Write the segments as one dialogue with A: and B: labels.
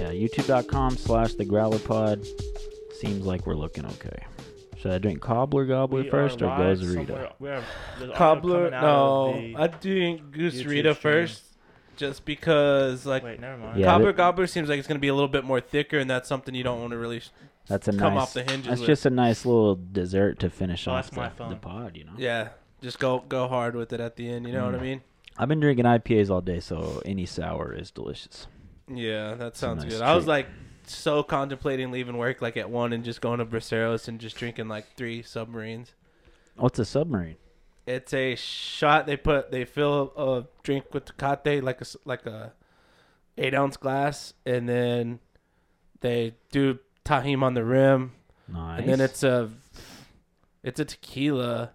A: YouTube.com slash the Growler Pod. Seems like we're looking okay. Should I drink Cobbler Gobbler
B: We
A: first
B: are
A: or
B: live
A: Gozerita?
B: somewhere. We have there's audio
C: Cobbler,
B: coming out
C: no.
B: of the-
C: I'm doing Goose
B: YouTube
C: Rita
B: stream.
C: first, just because like
B: Wait, never mind.
A: Yeah,
C: Cobbler
A: that-
C: Gobbler seems like it's gonna be a little bit more thicker, and that's something you don't want to really. Sh-
A: That's a
C: come
A: nice.
C: off the hinges
A: that's
C: with-
A: just a nice little dessert to finish
B: Oh,
A: off
B: that's my
A: the,
B: phone.
A: the pod, you know.
C: yeah, just go go hard with it at the end. You
A: Mm.
C: know what I mean?
A: I've been drinking IPAs all day, so any sour is delicious.
C: Yeah, that
A: a
C: sounds
A: nice
C: good. I was
A: treat.
C: like so contemplating leaving work like at one and just going to Braceros and just drinking like three submarines.
A: What's Oh, a submarine?
C: It's a shot they put they fill a drink with Tecate like a s- like a eight ounce glass and then they do tahim on the rim
A: Nice.
C: and then it's a it's a tequila.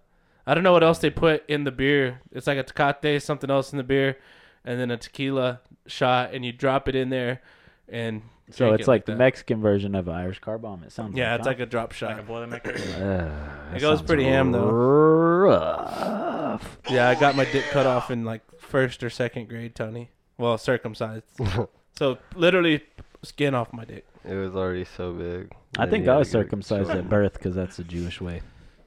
C: I don't know what else they put in the beer. It's like a Tecate, something else in the beer, and then a tequila shot, and you drop it in there, and
A: so
C: drink
A: it's
C: it
A: like the
C: that.
A: Mexican version of an Irish car bomb. It sounds
C: Yeah,
A: like
C: it's like a drop
B: Like
C: shot.
B: a Boilermaker.
A: Uh,
C: It goes pretty ham, though.
A: Rough.
C: Yeah, I got my dick cut off in like first or second grade, Tony. Well, circumcised. so literally skin off my dick.
D: It was already so big.
A: I
D: Then
A: think
D: you
A: I
D: had
A: was
D: to go get
A: circumcised
D: shortened.
A: at birth because that's the Jewish way.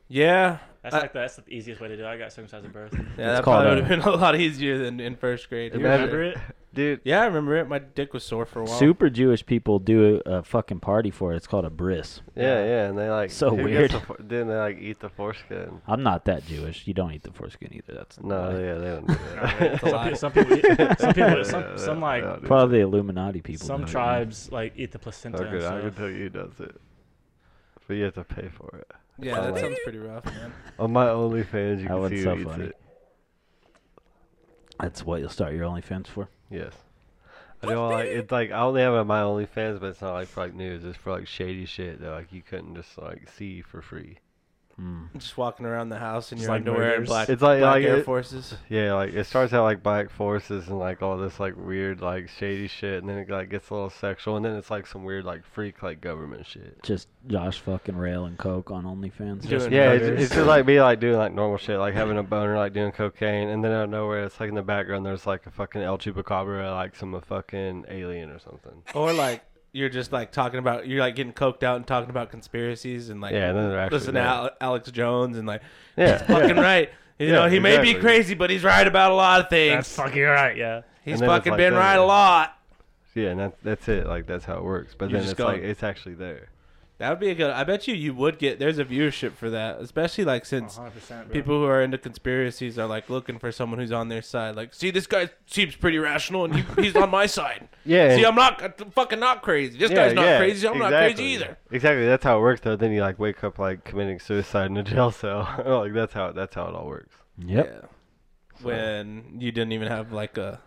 C: Yeah,
B: That's
C: I-
B: like the, that's the easiest way to do. it. I got circumcised at birth.
C: yeah, that
A: It's called
C: probably would
A: a-
C: have been a lot easier than in first grade.
D: You
B: You
C: Yeah.
D: Imagine-
B: remember it?
D: Dude,
C: Yeah, I remember it. My dick was sore for a while.
A: Super Jewish people do a, a fucking party for it. It's called a bris.
D: yeah, yeah, and they like
A: So
D: who
A: weird.
D: gets The, for- then they like eat the foreskin.
A: I'm not that Jewish. You don't eat the foreskin either. That's
D: No, yeah, they don't do that.
C: It's a
B: some,
C: lie.
B: pe- some people, eat- some people,
D: Yeah,
B: some, some like
D: yeah, dude.
A: probably the Illuminati people.
B: some
A: do it,
B: tribes like eat the placenta.
D: Okay,
B: and
D: I can
B: stuff.
D: tell you does it, but you have to pay for it.
C: Yeah, that
D: Like-
C: sounds pretty rough, man.
D: On my OnlyFans,
A: That
D: you can
A: one's
D: see
A: so
D: who eats
A: funny.
D: it.
A: yeah. That's what you'll start your OnlyFans for.
D: Yes. I know, like it's like I only have it on my OnlyFans, but it's not like for like news. It's for like shady shit that like you couldn't just like see for free.
A: Mm.
C: Just walking around the house in
B: Just
C: your
B: like
C: underwear and
B: murders.
C: black,
D: It's like-
C: black
D: like
C: Air
D: it-
C: Forces.
D: Yeah, like it starts out like black forces and like all this like weird like shady shit, and then it like gets a little sexual, and then it's like some weird like freak like government shit.
A: Just Josh fucking rail and coke on OnlyFans.
C: Just-
A: Just-
D: Yeah,
C: Nuggets.
D: it's, it's just like me like doing like normal shit, like having a boner, like doing cocaine, and then out of nowhere, it's like in the background there's like a fucking El Chupacabra, like some uh, fucking alien or something.
C: Or like you're just like talking about you're like getting coked out and talking about conspiracies and like
D: Yeah, and then they're actually
C: listen to
D: there.
C: Al- Alex Jones and like
D: Yeah,
C: he's fucking
D: yeah.
C: right. You
D: Yeah,
C: know, he may be
D: exactly.
C: crazy, but he's right about a lot of things.
B: That's fucking right. Yeah.
C: he's
D: And then it's
C: fucking
D: like
C: been
D: that.
C: right a lot.
D: Yeah, and that, that's it. Like that's how it works. But
C: You
D: then
C: just
D: it's
C: go-
D: like it's actually there.
C: That would be a good. I bet you you would get there's a viewership for that, especially like since
B: 100%. bro.
C: people who are into conspiracies are like looking for someone who's on their side. Like, see, this guy seems pretty rational, and he, he's on my side.
D: Yeah,
C: See,
D: and-
C: I'm not I'm fucking not crazy. This
D: yeah,
C: guy's not
D: yeah,
C: crazy. I'm not
D: exactly.
C: crazy either.
D: Exactly. That's how it works. Though then you like wake up like committing suicide in a jail cell. like that's how that's how it all works.
A: yep.
C: Yeah. When you didn't even have like a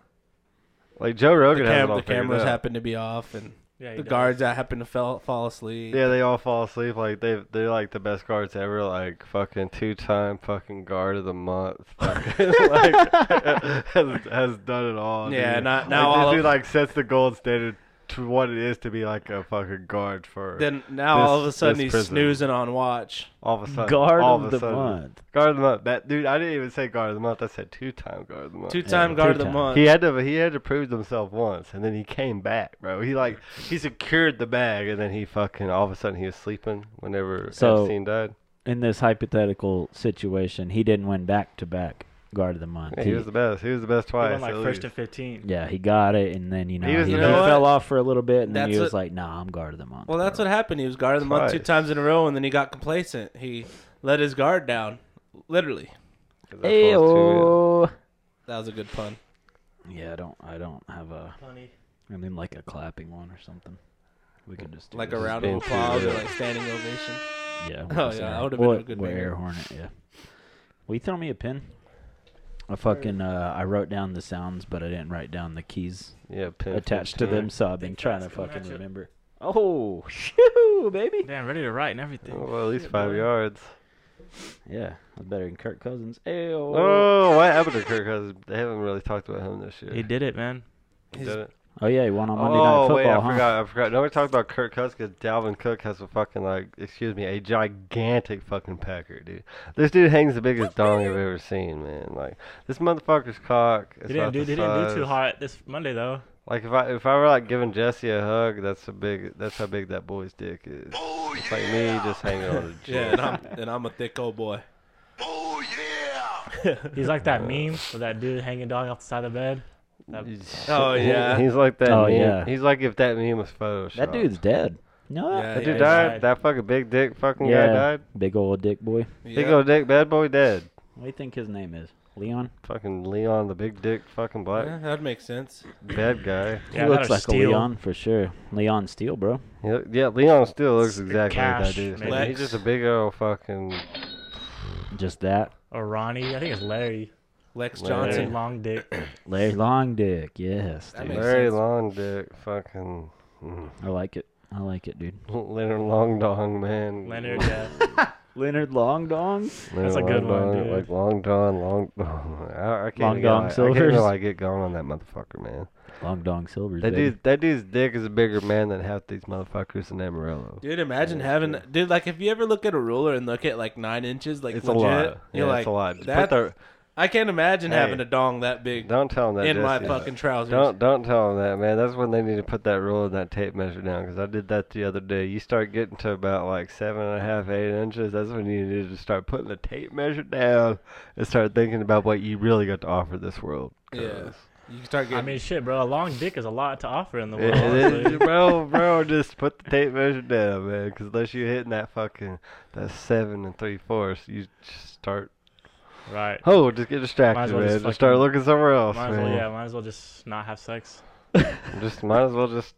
D: Like Joe
C: the,
D: Rogan has it
C: cam-
D: all
C: the
D: figured
C: cameras
D: out.
C: happened to be off, and
B: Yeah, he
C: the
B: does.
C: guards that happened to fell, fall asleep.
D: Yeah, they all fall asleep. Like they they're like the best guards ever. Like fucking two time fucking guard of the month. Like, has, has done it all.
C: Yeah,
D: dude.
C: not- now
D: like,
C: all
D: this
C: of-
D: dude like sets the gold standard to what it is to be like a fucking guard for.
C: Then now
D: This-
C: all of a sudden
D: this
C: he's
D: prison.
C: snoozing on watch.
D: all of a sudden,
A: Guard
D: all
A: of
D: a
A: the
D: sudden-
A: month.
D: Guard of the month. That dude, I didn't even say guard of the month. I said two time guard of the month.
C: Two time
A: two
C: guard of the
A: time.
C: month.
D: He had to he had to prove himself once, and then he came back, bro. He like he secured the bag, and then he fucking all of a sudden he was sleeping whenever
A: So-
D: Epstein died.
A: In this hypothetical situation, he didn't win back to back guard of the month.
D: Yeah,
A: He-
D: he was the best. He was the best
B: They
D: twice.
B: went like
D: at
B: first
D: least.
B: and 15.
A: yeah, he got it, and then you know he,
D: was-
C: you
A: then
C: know what?
A: fell off for a little bit, and then
C: That's
A: he was
C: what-
A: like, "Nah, I'm guard of the month."
C: well, that's
A: bro."
C: what happened. He was guard of the month two
D: Twice.
C: times in a row, and then he got complacent. He let his guard down, literally.
D: 'Cause that's
A: Ayo.
D: false
C: That was a good pun.
A: Yeah, I don't. I don't have a.
B: Funny.
A: I mean, like a clapping one or something. We can just do
C: Like a
A: this.
C: round of
D: being true,
C: applause or
D: yeah.
C: like standing ovation.
A: Yeah.
C: Oh,
A: just
C: yeah,
A: air-
C: that would've been
A: we'll,
C: a good
A: we'll
C: banger.
A: air horn it. Yeah. Will you throw me a pin? I fucking uh, I wrote down the sounds, but I didn't write down the keys
D: too, Yeah, pin
A: attached to
D: 15.
A: them, so I've been
B: Think
A: trying to
B: fast, come
A: fucking
B: at you.
A: remember. Oh, shoo, baby.
B: Damn, ready to write and everything.
D: Oh, well, at least
B: Shit,
D: five
B: boy.
D: yards.
A: Yeah, that's better than Kirk Cousins. Ew.
D: Oh, what happened to Kirk Cousins? They haven't really talked about him this year.
B: He did it, man.
D: He did it.
A: Oh yeah, he won on Monday Night
D: Oh
A: Football.
D: wait, I
A: huh?
D: forgot. I forgot. No, we talked about Kirk Cousins. 'cause Dalvin Cook has a fucking like, excuse me, a gigantic fucking packer, dude. This dude hangs the biggest dong I've ever seen, man. Like this motherfucker's cock. Is
B: He didn't
D: about
B: do.
D: the
B: He didn't do too
D: size-
B: hot this Monday though.
D: Like if I if I were like giving Jesse a hug, that's a big that's how big that boy's dick is.
C: Oh,
D: it's like me just hanging on his
C: Yeah,
D: chin.
C: and I'm and I'm a thick old boy.
B: He's like that meme with that dude hanging dog off the side of the bed.
C: Oh,
D: He-
C: yeah.
D: he's like that.
A: Oh,
D: meme.
A: yeah.
D: he's like if that meme was photoshopped.
A: That dude's dead. No,
C: Yeah,
D: That
C: yeah,
D: dude
C: yeah.
D: died.
B: died.
D: That fucking big dick fucking
A: Yeah.
D: guy died.
A: big old dick boy.
D: Big
C: Yeah.
D: old dick bad boy dead.
A: What do you think his name is? Leon.
D: Fucking Leon, the big dick fucking black
C: Yeah, that'd make sense.
D: bad guy.
A: he looks like a Leon for sure. Leon Steele, bro.
D: He look- yeah, Leon still looks
B: It's the
D: exactly like that
B: cash,
D: dude.
B: man.
D: Like, he's
C: Lex.
D: just a big old fucking.
A: Just that.
B: Or Ronnie. I think it's Larry.
C: Lex
D: Larry.
B: Larry
C: Johnson.
B: Long Dick.
A: Larry Long Dick. Yes,
C: That
A: dude.
C: makes
D: Very
C: sense.
D: long dick, fucking mm,
A: I like it. I like it, dude.
D: Leonard Long Dong, man.
B: Leonard. Yeah.
A: Leonard Long Dong.
B: That's a
D: Long
B: good one,
D: Dong,
B: dude.
D: Like Long John, Long Dong. I, I can't
A: Long
D: even-
A: Dong
D: I, I can't
A: Silvers.
D: even, like, get going on that motherfucker, man.
A: Long Dong Silver's.
D: That
A: baby.
D: dude, that dude's dick is a bigger man than half these motherfuckers in Amarillo.
C: Dude, imagine
D: Yeah,
C: having
D: sure.
C: dude like if you ever look at a ruler and look at like nine inches, like
D: it's
C: legit,
D: a lot.
C: you're
D: yeah,
C: like
D: it's a lot. Just
C: that.
D: put the-
C: I can't imagine
D: Hey,
C: having a dong that big
D: don't tell him that.
C: in my
D: Jesse.
C: fucking trousers.
D: Don't don't tell them that, man. That's when they need to put that rule and that tape measure down. Because I did that the other day. You start getting to about like seven and a half, eight inches. That's when you need to start putting the tape measure down and start thinking about what you really got to offer this world.
C: Yeah.
D: 'Cause
C: You can start
B: I
C: getting
B: mean, shit, bro. A long dick is a lot to offer in the world.
D: it-
B: honestly.
D: it- bro, bro, just put the tape measure down, man. Because unless you're hitting that fucking that seven and three fourths, you just start.
B: right.
D: Oh, just get distracted,
B: well
D: man.
B: just
D: Just, start
B: fucking-
D: looking somewhere else,
B: Might as
D: man.
B: well, yeah. Might as well just not have sex.
D: Just might as well just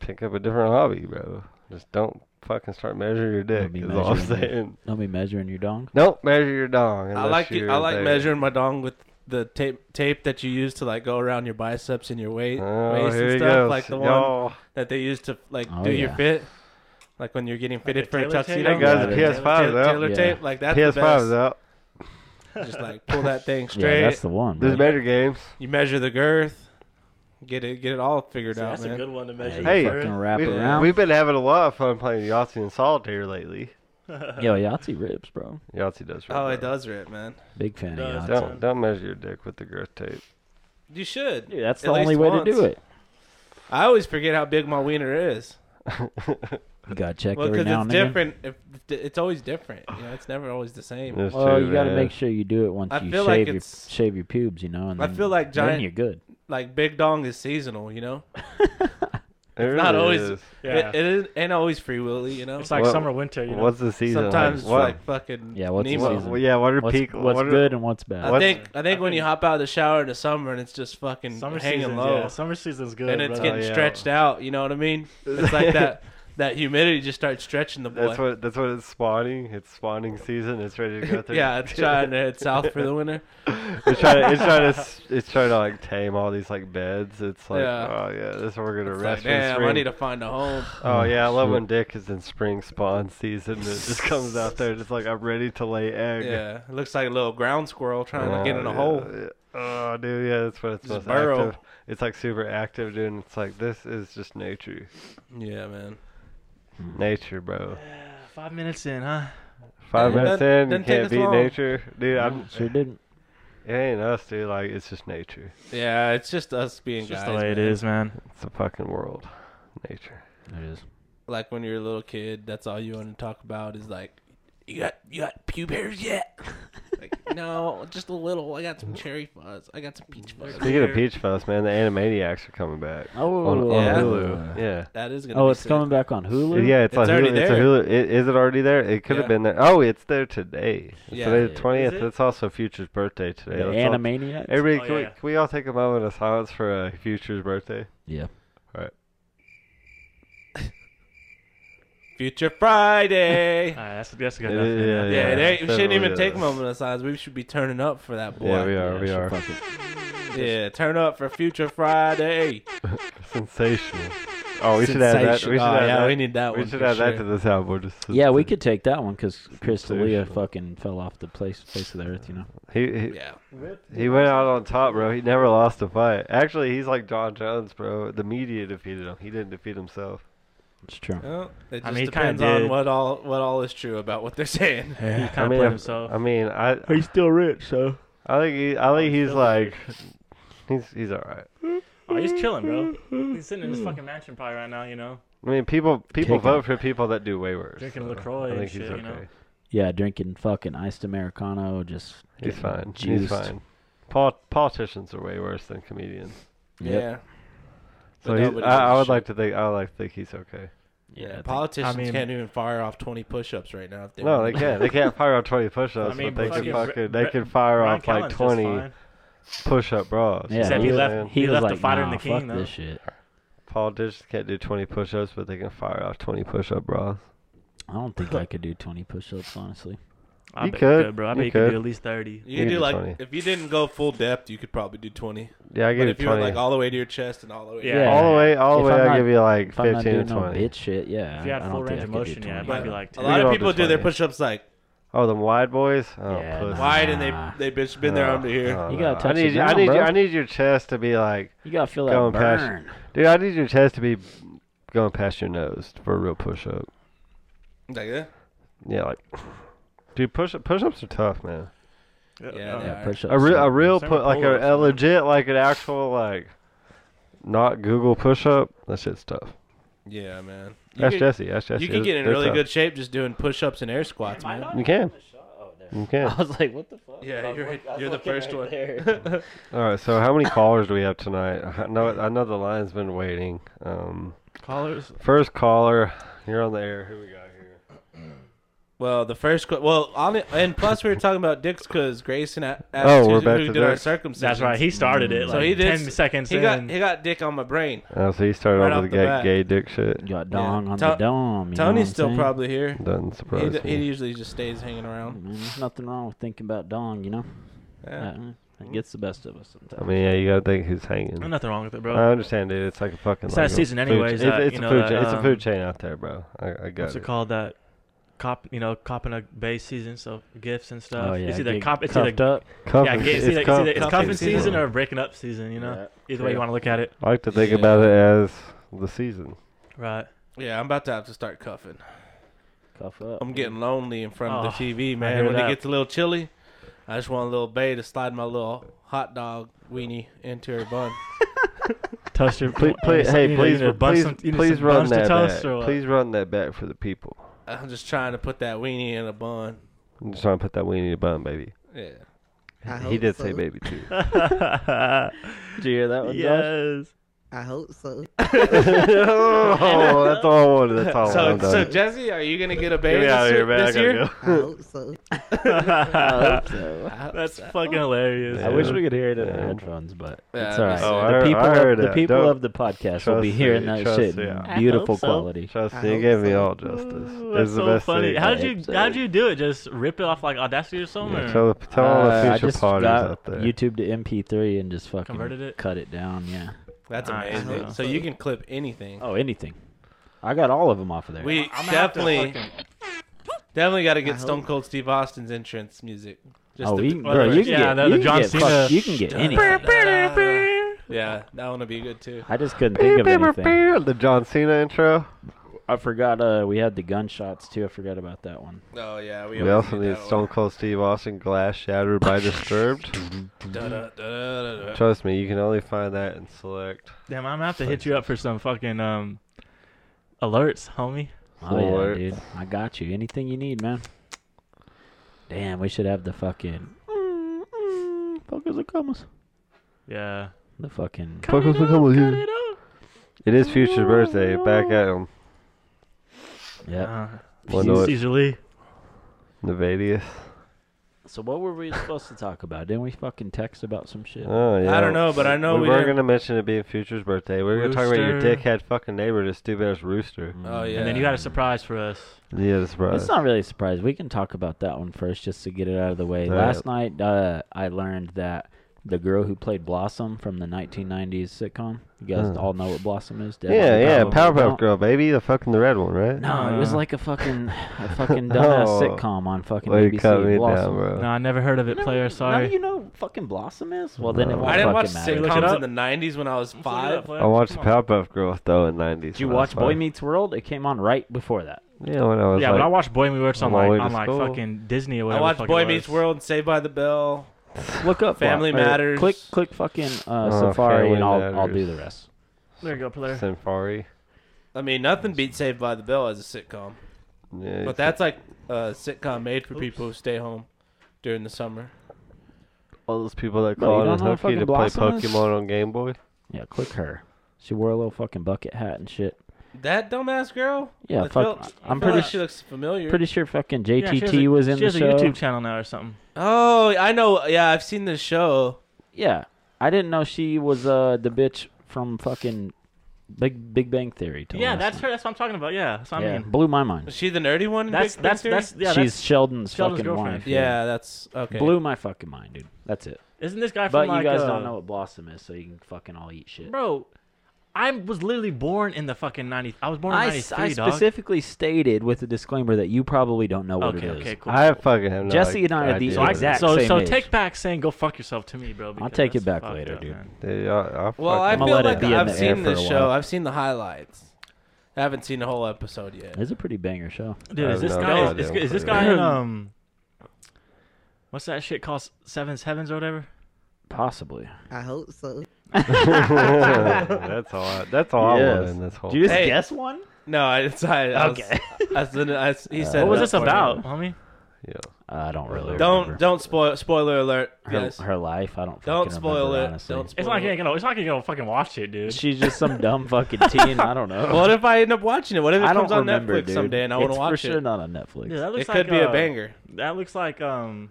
D: pick up a different hobby, bro. Just don't fucking start measuring your dick.
A: be
D: Is all I'm
A: measuring it.
D: saying.
A: Don't be measuring your dong.
D: Don't measure your dong.
C: I
D: unless
C: like it.
D: you're
C: I like
D: there.
C: measuring my dong with the tape tape that you use to like go around your biceps and your weight
D: Oh,
C: waist
D: here
C: and
D: he
C: stuff,
D: goes.
C: like the one
D: Y'all.
C: that they use to like
A: Oh,
C: do your
A: yeah.
C: fit, like when you're getting fitted
B: the
C: for a
B: Taylor
C: tuxedo.
B: tape?
D: Hey guys,
A: the
D: PS5 is
C: Taylor,
D: out.
C: Taylor
A: Yeah.
C: tape, like that's the
D: PS5
C: best.
D: is out.
C: Just like pull that thing
A: Yeah,
C: straight.
A: that's the one.
D: There's
A: bro.
D: major games.
C: you measure the girth, get it get it all figured
B: See,
C: out,
B: that's
C: man.
B: a good one to measure.
D: Hey.
B: for
A: Fucking
B: it.
A: wrap
D: We've,
A: around.
D: we've been having a lot of fun playing Yahtzee and Solitaire lately.
A: Yo, Yahtzee rips, bro.
D: Yahtzee does. rip,
C: Oh, it
D: bro.
C: does rip, man.
A: Big fan
B: Does.
A: of Yahtzee.
D: Don't don't measure your dick with the girth tape.
C: You should.
A: Dude, that's
C: At
A: the only
C: least
A: way
C: once.
A: to do it.
C: I always forget how big my wiener is.
A: You gotta check
C: Well,
A: every
C: because
A: now
C: it's
A: and then.
C: different. If, it's always different. You know, it's never always the same.
D: There's
A: Well,
D: two,
A: you gotta
D: man.
A: make sure you do it once
C: I
A: you
C: feel
A: shave
C: like
A: your
C: it's-
A: shave your pubes, you know. And
C: I
A: then-
C: feel like
A: Then
C: giant-
A: you're good.
C: like big dong is seasonal, you know.
D: It really
C: not always-
D: is.
B: Yeah.
C: It, it is, ain't always free willy, you know.
B: it's like
D: What-
B: summer, winter. You know.
D: What's the season? like?
C: Sometimes
D: what,
C: it's like fucking
A: Yeah, what's the
D: what-
C: Nemo.
A: season?
D: yeah, what are
A: What's,
D: peak?
A: what's
D: what are-
A: good and what's bad?
C: I
D: What's-
C: think I think when you hop out of the shower in the summer and it's just fucking
B: summer
C: hanging
B: season's-
C: low
B: Yeah, summer season's good.
C: and it's
D: Oh,
B: bro.
C: getting
D: yeah.
C: stretched out, you know what I mean? It's like that that humidity just starts stretching the boy.
D: That's what that's what it's spawning. It's spawning season. It's ready to go through.
C: yeah, it's trying to head south for the winter.
D: it's trying. To, it's trying to. s- It's trying to like tame all these like beds. It's like,
C: Yeah.
D: oh yeah, this is where we're gonna
C: It's like,
D: rest for the
C: damn,
D: spring.
C: I need to find a home.
D: oh yeah, I love
A: Shoot.
D: when Dick is in spring spawn season. and It just comes out there, just like I'm ready to lay egg.
C: Yeah, it looks like a little ground squirrel trying
D: Oh,
C: to get in a
D: yeah,
C: hole.
D: yeah. Oh, dude, yeah, that's what it's
C: Just
D: most
C: burrow.
D: active. It's like super active, dude. And it's like this is just nature,
C: Yeah, man.
A: Mm-hmm.
D: nature, bro.
B: Yeah, Five minutes in, huh?
D: Five
C: Yeah,
D: minutes
C: that
D: in, you
C: didn't take
D: can't
C: us
D: beat
C: long.
D: nature, dude. I'm,
A: Sure didn't.
D: it ain't us, dude. Like it's just nature.
C: Yeah, it's just us being
B: It's just
C: guys,
B: the way it
C: man.
B: is, man.
D: It's a fucking world, nature.
A: It is.
C: Like when you're a little kid, that's all you want to talk about is like, you got you got pube hairs yet? like, no, just a little. I got some cherry fuzz. I got some peach fuzz.
D: Speaking of Peach Fuzz, man, the Animaniacs are coming back
A: Oh,
D: on, on
C: yeah.
D: Hulu. Yeah.
C: That is gonna.
A: Oh,
C: be
A: it's
C: sick.
A: coming back on Hulu.
D: Yeah, it's,
C: It's
D: like
C: already
D: Hulu, it's a
C: there.
D: Hulu. i- Is it already there? It could have
C: Yeah.
D: been there. Oh, it's there today. It's
C: Yeah.
D: today the
A: Is
D: twentieth.
B: it?
D: It's also Future's birthday today.
A: The
D: Let's all-
A: Animaniacs.
D: everybody,
B: Oh,
D: can, we,
B: yeah.
D: can we all take a moment of silence for uh, Future's birthday?
A: yeah.
C: Future Friday.
B: All right, that's that's good.
D: Yeah,
B: enough, man.
D: yeah,
C: yeah,
D: yeah.
C: it ain't, we shouldn't
D: definitely
C: even
D: is.
C: take a moment of silence. We should be turning up for that boy.
D: Yeah, we are. we
A: shit,
D: are
A: Fuck it.
C: Yeah, turn up for Future Friday.
D: sensational. Oh, we should add that. We should
C: oh,
D: add
C: yeah,
D: that.
C: we need that
D: we
C: one.
D: should
C: for
D: add that
C: sure.
D: to the soundboard. Just to-
A: Yeah, we
D: to-
A: could take that one because Chris D'Elia
D: Sensational.
A: fucking fell off the place face of the earth, you know.
D: He, he,
C: Yeah.
D: He went out on top, bro. He never lost a fight. Actually, he's like John Jones, bro. The media defeated him. He didn't defeat himself.
A: It's true.
C: Well, it just
B: I mean, he kinda
C: depends on
B: did.
C: what all what all is true about what they're saying.
B: He kind
D: I
B: of
D: mean,
B: played
D: if-
B: himself.
D: I mean, I,
A: He's still rich, so
D: I think he, I think he's
B: still
D: like, he's he's all right.
B: I Oh, he's chilling, bro. He's sitting in
A: Hmm.
B: his fucking mansion probably right now, you know,
D: I mean, people people
A: Kick
D: vote for people that do way worse.
B: drinking
D: so
B: Lacroix
D: I
B: and
D: think
B: shit,
D: he's
B: you know.
D: okay.
A: Yeah, drinking fucking iced americano. Just
D: He's
A: getting
D: fine. He's
A: juiced.
D: fine. Pol- politicians are way worse than comedians.
A: Yep.
C: Yeah.
D: So
C: But
D: he's,
C: nobody
D: I, I
C: gives a
D: would
C: shit.
D: like to think I would like to think he's okay.
A: I
C: Yeah,
A: think-
C: politicians
B: I mean-
C: can't even fire off 20 push-ups right now. If they
D: No, they
C: want.
D: can't. They can't fire off twenty
B: I
D: push-ups,
B: mean,
D: but they
B: fucking
D: can
B: Bre-
D: fucking they
B: Bre-
D: can fire
B: Brian
D: off like
B: Callen's just
D: twenty
B: fine.
D: push-up bras.
A: Yeah,
B: Except he
D: man.
B: left-
A: He,
B: He
A: was
B: left the
A: like,
B: fighter and
A: nah,
B: the king,
A: fuck
B: though."
A: this shit.
D: Politicians can't do twenty push-ups, but they can fire off twenty push-up bras.
A: I don't think I could do 20 push-ups, honestly.
B: I
D: You
B: bet
D: could.
B: you could, bro. I
D: You
B: bet you could
D: could.
B: do at least thirty.
C: You could
D: You
C: do
D: can do
C: like
D: 20.
C: if you didn't go full depth, you could probably do 20.
D: Yeah, I
C: But if
D: give you
C: you went
D: twenty.
C: like all the way to your chest and all the way,
B: Yeah.
D: all the way, all the
A: If
D: way,
A: I'm
D: I
A: not-
D: give you like
A: If I'm not
D: fifteen
A: doing
D: and
A: no
D: twenty.
A: bitch shit, yeah.
B: If you had
A: I don't
B: full
A: think
B: range
A: I
B: of
A: could do
B: motion, yeah, it
A: 20.
B: might be
C: But
B: like
C: a
B: 10.
C: lot
D: We
C: of
D: all
C: people
D: do
C: do their
D: 20.
C: push-ups like
D: Oh, the wide boys. Oh,
A: Yeah,
D: pussy.
A: nah.
C: wide, and
D: Ah.
C: they they bitch bend their arm to here.
D: Oh,
A: You gotta
D: no. I
A: touch the
D: need, you- I
A: ground,
D: need,
A: bro.
D: you- I need your chest to be like,
A: You gotta feel
D: Going
A: that
D: past-
A: burn.
D: dude. I need your chest to be going past your nose for a real push-up.
C: Like eh? that.
D: Yeah, like, dude, push push-ups are tough, man.
C: Yeah,
A: Yeah,
C: Alright.
A: push-ups.
D: A real, a real
B: Same
D: put
B: with
D: like
B: pull-ups,
D: a, a
B: man.
D: legit like an actual like, not Google push-up. That shit's tough.
C: Yeah, man. You
D: ask
C: could,
D: Jesse. Ask Jesse.
C: you could
D: It's-
C: get in
D: they're
C: really
D: tough.
C: good shape just doing push-ups and air squats, man.
D: You can.
E: Oh,
D: You can.
A: I was like, what the fuck?
C: Yeah,
A: I was
C: you're-
A: look- I was
C: you're the
A: looking
C: first
A: right
C: one.
A: there.
D: All right. So how many callers do we have tonight? I know. I know the line's been waiting. Um,
B: Callers.
D: first caller, you're on the air. Who we got here?
C: Well, the first qu- well, on it, and plus we were talking about dicks because Grayson a- asked
D: Oh, we're
C: who,
D: back
C: who
D: to
C: did our
D: dicks.
C: circumcision.
B: That's right. He started it.
C: So
B: Like
C: he did
B: ten
C: s-
B: seconds
C: He
B: in.
C: got he got dick on my brain.
D: Oh, so you started
C: Right
D: off
C: off
D: with
C: the
D: gay,
C: bat.
D: gay dick shit.
A: Got dong on
C: Ton-
A: the dome. You know what I'm
C: Tony's still
A: saying?
C: probably here.
D: Doesn't
C: He,
D: surprise
C: d-
D: me.
C: he usually just stays hanging around.
A: Man, there's nothing wrong with thinking about dong, you know?
C: Yeah.
A: Uh, It gets the best of us sometimes.
D: I mean, yeah, you gotta think who's hanging.
B: There's nothing wrong with it, bro.
D: I understand, dude. It's like a fucking.
B: It's
D: like
B: that
D: a
B: season
D: food
B: anyways,
D: cha- It's,
B: that,
D: it's
B: you
D: a
B: know,
D: food.
B: that,
D: cha- it's a
B: um,
D: food chain out there, bro. I, I got
B: What's
D: it.
B: it called? That cop, you know, copping a base season, so gifts and stuff.
A: oh, yeah.
B: It's either
A: get
B: cop. It's either
A: cuffed up.
D: Cuffing,
B: yeah, get, it's, either, it's,
D: cuff-
B: either, it's
C: cuffing
B: cuffing
C: season.
B: season, or breaking up season. You know, either way
D: Yeah.
B: you want to look at it,
D: I like to think
C: Yeah.
D: about it as the season.
B: right?
C: Yeah, I'm about to have to start cuffing.
A: Cuff up.
C: I'm getting lonely in front
B: Oh,
C: of the TV,
B: hear
C: man. When
B: that.
C: it gets a little chilly, I just want a little bay to slide my little hot dog weenie into her bun.
B: Toast your
D: Please,
B: you need
D: please, hey,
B: some-
D: please,
B: you need a bun
D: please,
B: some- you need
D: please
B: some
D: run
B: buns to
D: that
B: toast or
D: back.
B: what?
D: Please run that back for the people.
C: I'm just trying to put that weenie in a bun.
D: I'm just trying to put that weenie in a bun, baby.
C: Yeah.
E: I
D: He
E: hope
D: did say
E: so.
D: baby too.
B: yes.
D: Did you hear that one? Josh?
E: I hope so.
D: oh, that's all I wanted. That's all I
C: So,
D: wanted.
C: so Jesse, are you gonna get a
D: Get
C: baby
D: me
C: this,
D: out of here,
C: year-
D: man. I
C: this year?
D: gotta
E: I hope so.
A: Oh,
C: I-
B: That's fucking hilarious.
A: I wish we could hear it in
D: Yeah.
A: our headphones, but
C: Yeah,
A: it's all right.
C: just- Oh,
D: I
A: the
D: heard-
A: people,
D: I heard
A: of, the
D: it.
A: people
D: Don't-
A: of the podcast will be
D: Trust
A: hearing
D: me,
A: that
D: trust
A: shit
D: go.
A: in
D: Yeah.
E: hope
A: beautiful
E: so.
A: quality.
D: Trust
E: I
D: me, you
E: hope
D: gave me
E: so.
D: all justice.
B: Ooh,
D: It's
B: That's
D: the
B: so
D: best
B: funny.
D: thing.
B: How
A: Yeah,
B: did you
A: it's,
B: how
A: uh,
B: did you do it? Just rip it off like Audacity or something?
D: Yeah,
B: or
D: tell the- tell all
A: Uh,
D: the
A: I
D: future
A: just
D: parties
A: got
D: out there.
A: YouTube to MP3 and just fucking
B: Converted it?
A: cut it down. Yeah.
C: That's
B: Nice,
C: amazing.
E: dude.
C: So you can clip anything.
A: Oh, anything. I got all of them off of there.
C: We
B: I'm gonna have to
C: definitely,
B: fucking-
C: definitely got to get
E: I
C: Stone
E: hope-
C: Cold Steve Austin's entrance music.
A: oh,
C: the-
A: we can, bro, you can
B: Yeah,
A: get,
B: the-
A: you
B: the
A: can
B: John
A: get fuck-
B: Cena-
A: you can get anything.
C: yeah, that one would be good too.
A: I just couldn't think of anything.
D: The John Cena intro.
A: I forgot uh, we had the gunshots too. I forgot about that one.
C: Oh yeah, we,
D: We
C: always
D: also
C: do
D: need
C: that
D: Stone Cold Steve Austin Glass Shattered by Disturbed.
A: Oh,
C: one. Da, da, da, da, da, da.
D: Trust me, you can only find that in select.
B: Damn, I'm gonna have to hit you up for some fucking um alerts, homie.
A: Oh yeah,
D: Lord.
A: dude. I got you. Anything you need, man. Damn, we should have the fucking fuckers and commas.
B: Yeah.
A: The fucking
D: It is Future's birthday. Back at him.
A: yeah.
B: Uh-huh.
D: Well, no, it-
B: Usually.
D: Nevadius.
A: So what were we supposed to talk about? Didn't we fucking text about some shit?
D: Oh yeah.
C: I don't know, but I know
D: we,
C: we.
D: were
C: didn't-
D: gonna mention it being Future's birthday. We were gonna talk about your
B: Rooster.
D: dickhead fucking neighbor, this stupid ass rooster.
A: Mm.
C: Oh yeah.
B: And then you got a surprise for us.
D: Yeah, that's right.
A: It's not really a surprise. We can talk about that one first, just to get it out of the way.
D: All
A: Last night, uh, I learned that the girl who played Blossom from the 1990s sitcom, you guys
D: Huh.
A: all know what Blossom is. Definitely
D: Hmm. yeah, yeah,
A: probably
D: Powerpuff
A: don't.
D: Girl, baby, the fucking the red one, right?
A: No, it was
B: Uh.
A: like a fucking, a fucking dumbass
D: Oh.
A: sitcom on fucking
D: Way to
A: BBC.
D: cut me down,
A: Blossom.
D: bro.
B: No, I never heard of it,
A: None of
B: player.
A: you- None of
B: Sorry.
A: you know what fucking Blossom is? Well, then it
D: No.
A: won't
C: I didn't
A: fucking
C: watch
A: matter.
B: Look it
C: sitcoms
B: up.
C: in the '90s when I was five.
D: I watched Powerpuff Girl though in '90s.
A: Did you
D: when I
A: watch
D: was
A: Boy
D: five.
A: Meets World? It came on right before that.
D: Yeah, when I was
B: Yeah,
D: like,
B: but I watched Boy Meets World
D: on
B: on
D: my
B: like
D: way to
B: on like
D: school.
B: fucking Disney or whatever.
C: I
B: the
C: watched
B: fuck it
C: Boy
B: was.
C: Meets World and Saved by the Bell.
A: Look up
C: Family
A: Wap- or
C: Matters.
A: Click click fucking uh,
D: Oh,
A: Safari
D: Family
A: and I'll I'll do
D: Matters.
A: the rest.
B: There you go, player.
D: Safari.
C: I mean, nothing beats Saved by the Bell as a sitcom,
D: Yeah,
C: but that's like a sitcom made for people who stay home during the summer.
D: all those people that
A: Bro, you
D: call
A: don't
D: on
A: know what
D: Hooky
A: fucking
D: to play
A: Blossom
D: Pokemon
A: is?
D: on Game Boy.
A: Yeah, click her. She wore a little fucking bucket hat and shit.
C: That dumbass girl.
A: Yeah,
C: I
A: fuck.
C: felt- I
A: I'm
C: feel
A: pretty
C: like she looks familiar.
A: pretty sure fucking
B: Yeah, she has
A: JTT
B: a-
A: was in
B: she
A: the
B: has
A: show.
B: a YouTube channel now or something.
C: Oh, I know. Yeah, I've seen this show.
A: Yeah, I didn't know she was uh the bitch from fucking Big Big Bang Theory. till
B: yeah,
A: last
B: that's
A: night.
B: her. That's what I'm talking about. Yeah, that's what
A: yeah,
B: I mean.
A: blew my mind.
C: Is she the nerdy one? in
B: That's
C: Big Bang
B: that's
C: Theory?
B: that's yeah.
A: She's
B: that's,
A: Sheldon's,
B: Sheldon's
A: fucking
B: girlfriend.
A: wife.
C: Yeah, that's okay.
A: blew my fucking mind, dude. That's it.
B: isn't this guy from
A: But
B: like?
A: you guys
B: uh,
A: don't know what Blossom is, so you can fucking all eat shit.
B: bro. I was literally born in the fucking 90s. I was born in
A: I,
B: 93,
A: I
B: dog.
A: specifically stated with a disclaimer that you probably don't know what
B: okay,
A: it is.
B: okay, cool.
D: I fucking have no
A: Jesse and I are
D: idea
A: the
B: so I,
D: what it
A: exact
B: so,
A: same
B: so
A: age.
B: take back saying go fuck yourself to me, bro. because
A: take
B: that's
A: it back
B: fucked
A: later,
B: up,
A: dude.
B: man.
D: is. Dude, I- I
C: Well, I
D: fucking-
A: I'ma
C: feel
A: let it
C: like
A: be in
C: I've
A: the
D: air
C: seen
D: for
C: this
D: a
C: show.
D: while.
C: I've seen the highlights. I haven't seen the whole episode yet.
A: It's a pretty banger show.
B: Dude,
D: I
B: is
D: have
B: this
D: no
B: guy?
D: idea
B: Is, is,
D: what
B: is this
D: it
B: guy
C: is.
B: in um? What's that shit called? S- Sevens Heavens or whatever.
A: Possibly.
E: I hope so.
D: that's all. I, that's all I
A: Yes.
D: want in this whole.
A: Did you just
C: Hey.
A: guess one?
C: No, I, it's, I, I was-
A: Okay. Uh,
C: I was in- I s- he said.
B: What was
C: it
B: this
C: for me.
B: about, homie?
D: yeah.
A: I don't really.
C: Don't
A: remember.
C: don't spoil. Spoiler alert,
A: her,
C: guys.
A: her life. I don't.
C: Don't
A: fucking
C: spoil
A: remember,
C: it.
A: honestly.
C: Don't spoil
B: It's not like
C: it.
B: you're gonna. It's not like you're gonna fucking watch it, dude.
A: She's just some dumb fucking teen. I don't know.
C: What if I end up watching it? What if it
A: I don't
C: comes on
A: remember,
C: Netflix
A: dude.
C: someday and I want
A: It's
C: to
A: for
C: watch
A: sure
C: it?
A: not on Netflix.
B: Yeah, that
C: It
B: looks
C: could
B: like,
C: be
B: uh,
C: a banger.
B: That looks like um.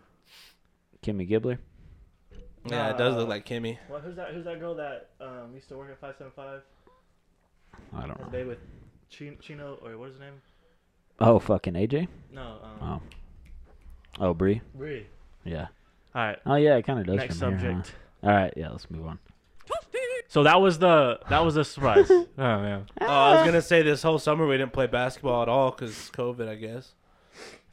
A: Kimmy Gibbler.
C: Yeah, it does
B: uh,
C: look like Kimmy.
B: What, who's that? Who's that girl that um used to work at five seven five?
A: I don't know.
B: babe with Chino or what's his name?
A: Oh fucking AJ.
B: No, um,
A: Oh. Oh Bree.
B: Bree.
A: Yeah.
B: All right.
A: Oh yeah, it kind of does.
B: Next
A: from here, huh?
B: subject.
A: All right. Yeah, let's move on.
B: So that was the that was a surprise. oh man.
A: Ah.
C: Oh, I was gonna say this whole summer we didn't play basketball at all because COVID, I guess.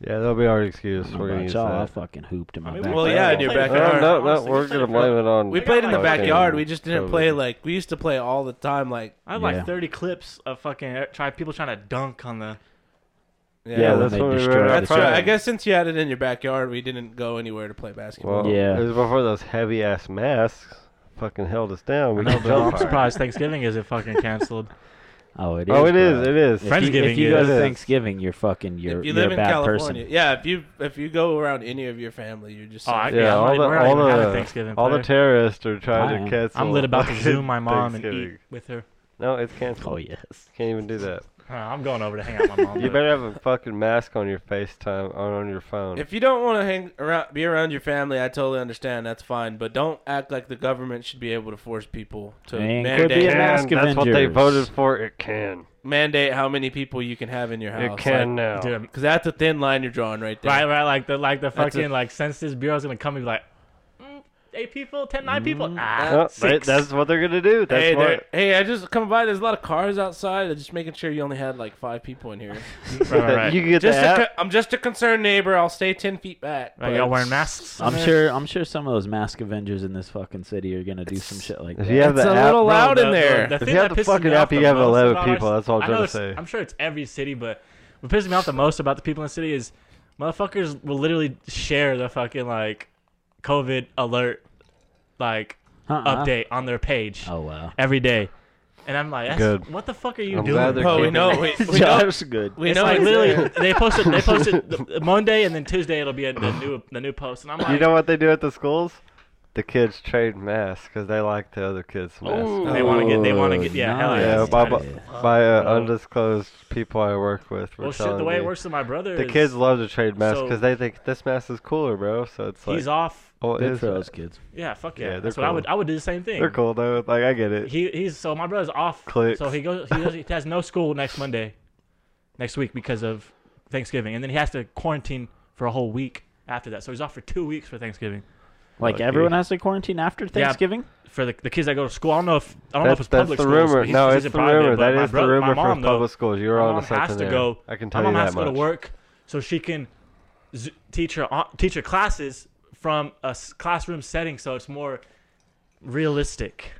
D: Yeah, that'll be our excuse.
A: I'm
D: We're
A: about
D: gonna use
A: y'all. I
D: that.
A: fucking hooped in my
B: I mean,
A: back.
C: Well,
B: played-
C: yeah,
B: we
C: in your
B: played
C: back-
B: football.
C: backyard.
D: No, no,
B: Honestly,
D: no, we're
B: played
D: gonna blame it on.
C: We
B: I
C: played in
B: got
C: the
B: like-
C: backyard. We just didn't
D: COVID.
C: play like we used to play all the time. Like
B: I have like
A: Yeah.
B: 30 clips of fucking er, try people trying to dunk on the.
C: yeah,
D: Yeah, that's
A: they
D: when we
A: destroyed
D: were.
A: the
C: that's
A: show.
C: right. I guess since you had it in your backyard, we didn't go anywhere to play basketball.
D: Well,
A: Yeah.
D: It was before those heavy ass masks fucking held us down. We
B: No,
D: jumped
B: but I'm
D: on it.
B: surprised Thanksgiving isn't fucking canceled.
A: Oh, it is.
D: Oh, it
A: bro.
D: is. It
A: If
D: is.
A: you,
B: Friendsgiving
A: if you go
D: is.
A: to
D: It is.
A: Thanksgiving, you're fucking. You're,
C: if you
A: are a
C: live in
A: bad
C: California,
A: person.
C: yeah, if you if you go around any of your family, you're just
B: Oh, I,
C: like,
B: yeah,
D: Yeah, all
B: all
D: the-
B: we're not
D: all
B: even having
D: the-
B: Thanksgiving.
D: All
B: player.
D: the terrorists are trying
A: I am.
D: to cancel.
B: I'm lit about to
D: fucking
B: zoom my mom and eat
D: Thanksgiving.
B: with her.
D: No, it's canceled.
A: Oh yes.
D: Can't even do that.
B: Uh, I'm going over to hang out with my mom.
D: You
B: but-
D: better have a fucking mask on your FaceTime or on your phone.
C: If you don't want to hang around, be around your family, I totally understand. That's fine, but don't act like the government should be able to force people to
A: Man, could be a
C: mandate,
D: Can.
A: mask
D: That's what they
A: Avengers.
D: voted for. It can.
C: mandate how many people you can have in your house.
D: It can now.
B: Oh, Dude, I'm-
C: because that's a thin line you're drawing right there.
B: right, right, like the like the
C: That's a-
B: fucking like Census Bureau's gonna come and be like, mm, eight people, ten, nine people,
D: Mm,
B: ah,
D: No, they-
B: six.
D: that's what they're gonna do. That's
C: hey, there,
D: what.
C: hey, I just come by. There's a lot of cars outside. I'm just making sure you only had like five people in here.
B: Right, right, right.
D: You can get
C: just
D: the
C: a
D: app.
C: co- I'm just a concerned neighbor. I'll stay ten feet back.
B: Right,
C: but-
B: y'all wearing masks?
A: I'm sure. I'm sure some of those mask Avengers in this fucking city are gonna do some shit like
D: If
A: that.
D: you have
C: It's
D: the
C: a
D: app,
C: little
D: bro,
C: loud in
B: the-
C: there.
B: The, the
D: If
B: thing
D: you have
B: that
D: the
B: pisses
D: fucking
B: me
D: app,
B: off the
D: you have
B: most
D: 11
B: about our
D: people,
B: ci-
D: that's all I'm
B: I
D: trying
B: know
D: to
B: it's-
D: say.
B: I'm sure it's every city, but what pisses me off the most about the people in the city is motherfuckers will literally share the fucking like COVID alert like
D: Uh-huh.
A: Uh-uh.
B: update on their page
A: Oh wow.
B: every day, and I'm like, that's,
D: Good.
B: what the fuck are you
D: I'm
B: doing?
D: glad they're
C: Oh, we
D: keeping
C: know.
D: it.
C: We, we know.
A: Job's good.
C: We
B: it's
C: know.
B: like
C: it's
B: literally
C: there.
B: they posted they posted th- Monday and then Tuesday it'll be a, the new the new post and I'm like
D: You know what they do at the schools? The kids trade masks because they like the other kids' masks.
B: they want to get they want to get yeah hell
D: yeah,
B: yeah,
A: Nice.
D: by,
A: Bob-
D: by, by uh,
B: Bro.
D: undisclosed people I work with. Were
B: Oh. well shit the
D: telling
B: way it
D: me.
B: works with my brother
D: The
B: is
D: kids love to trade masks
B: so-
D: because they think this mask is cooler, bro. So it's like,
B: he's off
D: oh, it
A: Good
D: is.
A: for those kids.
B: yeah fuck yeah,
D: Yeah, they're
B: that's what I
D: cool.
B: would I would do the same thing
D: They're cool though. Like I get it.
B: he he's so my brother's off
D: Clicks.
B: so he goes he, goes, he has no school next Monday next week because of Thanksgiving and then he has to quarantine for a whole week after that so he's off for two weeks for Thanksgiving
A: Like
D: Lucky.
A: everyone has to quarantine after Thanksgiving.
B: for the, the kids that go to school I don't know if I don't know if
D: that's
B: it's
D: that's
B: public
D: the
B: schools, but
D: rumor.
B: he's-
D: No,
B: he's
D: it's
B: in
D: the
B: private,
D: rumor.
B: but
D: That
B: my
D: is the
B: brother- my
D: rumor
B: mom,
D: for
B: though,
D: public schools. You're
B: my
D: on
B: mom
D: to something
B: has to
D: there.
B: go.
D: I can
B: My
D: tell
B: mom
D: you that
B: has to go
D: much.
B: to work, so she can z- teach her on- teach her classes from a s- classroom setting, so it's more realistic.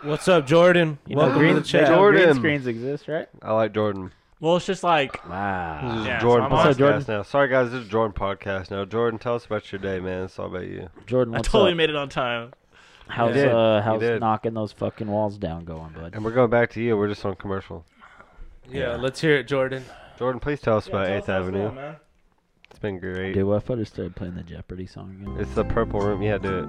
C: What's up, Jordan?
A: You know,
C: Welcome
A: green,
C: to the
A: they
C: chat.
A: know green
D: Jordan.
A: screens exist, right?
D: I like Jordan.
B: Well, it's just like
D: This
A: Wow.
D: is
B: Yeah, so
D: Jordan
B: I'm on-
A: What's up,
D: podcast
A: Jordan?
D: now. Sorry guys, this is Jordan podcast now. Jordan, tell us about your day, man. It's all about you.
A: Jordan,
B: I
A: what's
B: totally
A: up?
B: made it on time.
A: How's
D: You did.
A: uh
D: You
A: how's
D: did.
A: knocking those fucking walls down going, bud?
D: And we're going back to you. We're just on commercial.
C: Yeah,
A: Yeah.
C: let's hear it, Jordan.
D: Jordan, please tell us about Eighth Avenue.
B: man.
D: It's been great.
A: Dude, what if I just started playing the Jeopardy song again?
D: It's the purple room. Yeah, do it.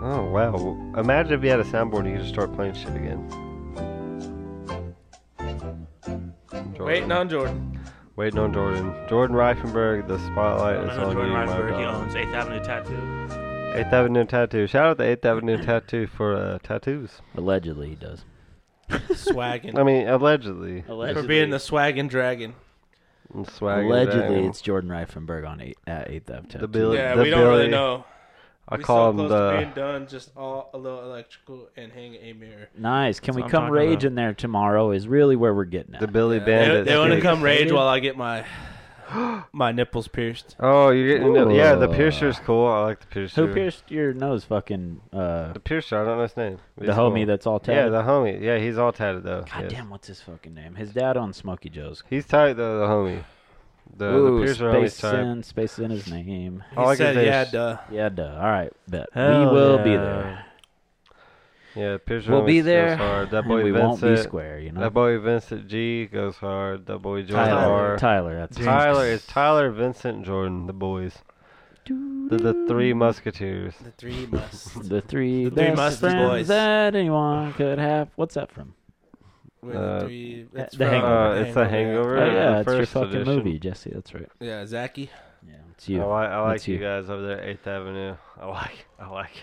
D: Oh wow! Imagine if you had a soundboard and you could just start playing shit again. Jordan.
C: Waiting on Jordan.
D: Waiting on Jordan. Jordan Reifenberg. The spotlight
B: I
D: is
B: know
D: on
B: Jordan
D: you,
B: Reisberg, he
D: my dog.
B: owns Eighth Avenue Tattoo.
D: Eighth Avenue Tattoo. Shout out to Eighth Avenue Tattoo for uh, tattoos.
A: Allegedly, he does.
C: Swagging.
D: I mean, allegedly.
C: For being the swagging dragon.
D: And swag
A: Allegedly, it's Jordan Reifenberg on eight, at Eighth E Ave Tattoo.
D: Bill-
C: Yeah,
D: The
C: we don't really
D: Billy-
C: know.
D: I
C: we
D: call
C: so
D: him
C: close to being
D: the.
C: done, just all a little electrical and hang a mirror.
A: Nice. Can
B: That's
A: we
B: what I'm
A: come
B: talking
A: rage
B: about.
A: in there tomorrow? Is really where we're getting at.
D: The Billy
C: Yeah,
D: Bandit.
C: They, they want to
D: sticks.
C: come rage
A: Bandit?
C: while I get my my nipples pierced.
D: Oh, you're getting.
A: Ooh.
D: Yeah, the piercer's cool. I like the piercer.
A: Who pierced your nose? Fucking uh,
D: The piercer. I don't know his name.
A: the
D: He's
A: homie
D: cool.
A: that's all
D: Yeah,
A: tatted.
D: the homie. Yeah, he's all tatted though.
A: God
D: Yes.
A: damn, what's his fucking name? His dad on Smoky Joe's.
D: He's tight though, the homie. The,
A: Ooh,
D: the piercer homie's
A: space
D: tight.
A: in, space in his name.
C: He
D: All I
C: said,
D: can say
C: "Yeah,
D: is-
C: duh."
A: Yeah, duh. All right, bet we
B: Hell
A: will be
B: yeah.
A: there.
D: Yeah, piercer
A: We'll
D: homie
A: be
D: goes
A: there,
D: hard. That
A: and
D: boy
A: we won't
D: Vincent.
A: be square, you know.
D: That boy Vincent G goes hard. That boy Jordan
A: Tyler,
D: R.
A: Tyler, that's his
D: Tyler
A: name.
D: is Tyler, Vincent, Jordan, the boys. The, the three musketeers.
C: The three must.
A: The three
C: The three
A: best
C: Musty
A: friends
C: Boys.
A: that anyone could have. What's that from?
C: with
D: Uh,
C: the three,
A: the
C: it's from
A: Hangover.
D: Uh, it's the Hangover.
A: Oh
D: Right,
A: yeah,
D: the
A: it's your
D: first
A: fucking
D: edition.
A: movie, Jesse. That's right.
C: Yeah, Zachy.
A: Yeah, it's you.
D: I like, I like
A: That's
D: you
A: you.
D: guys over there, Eighth Avenue. I like, I like. it.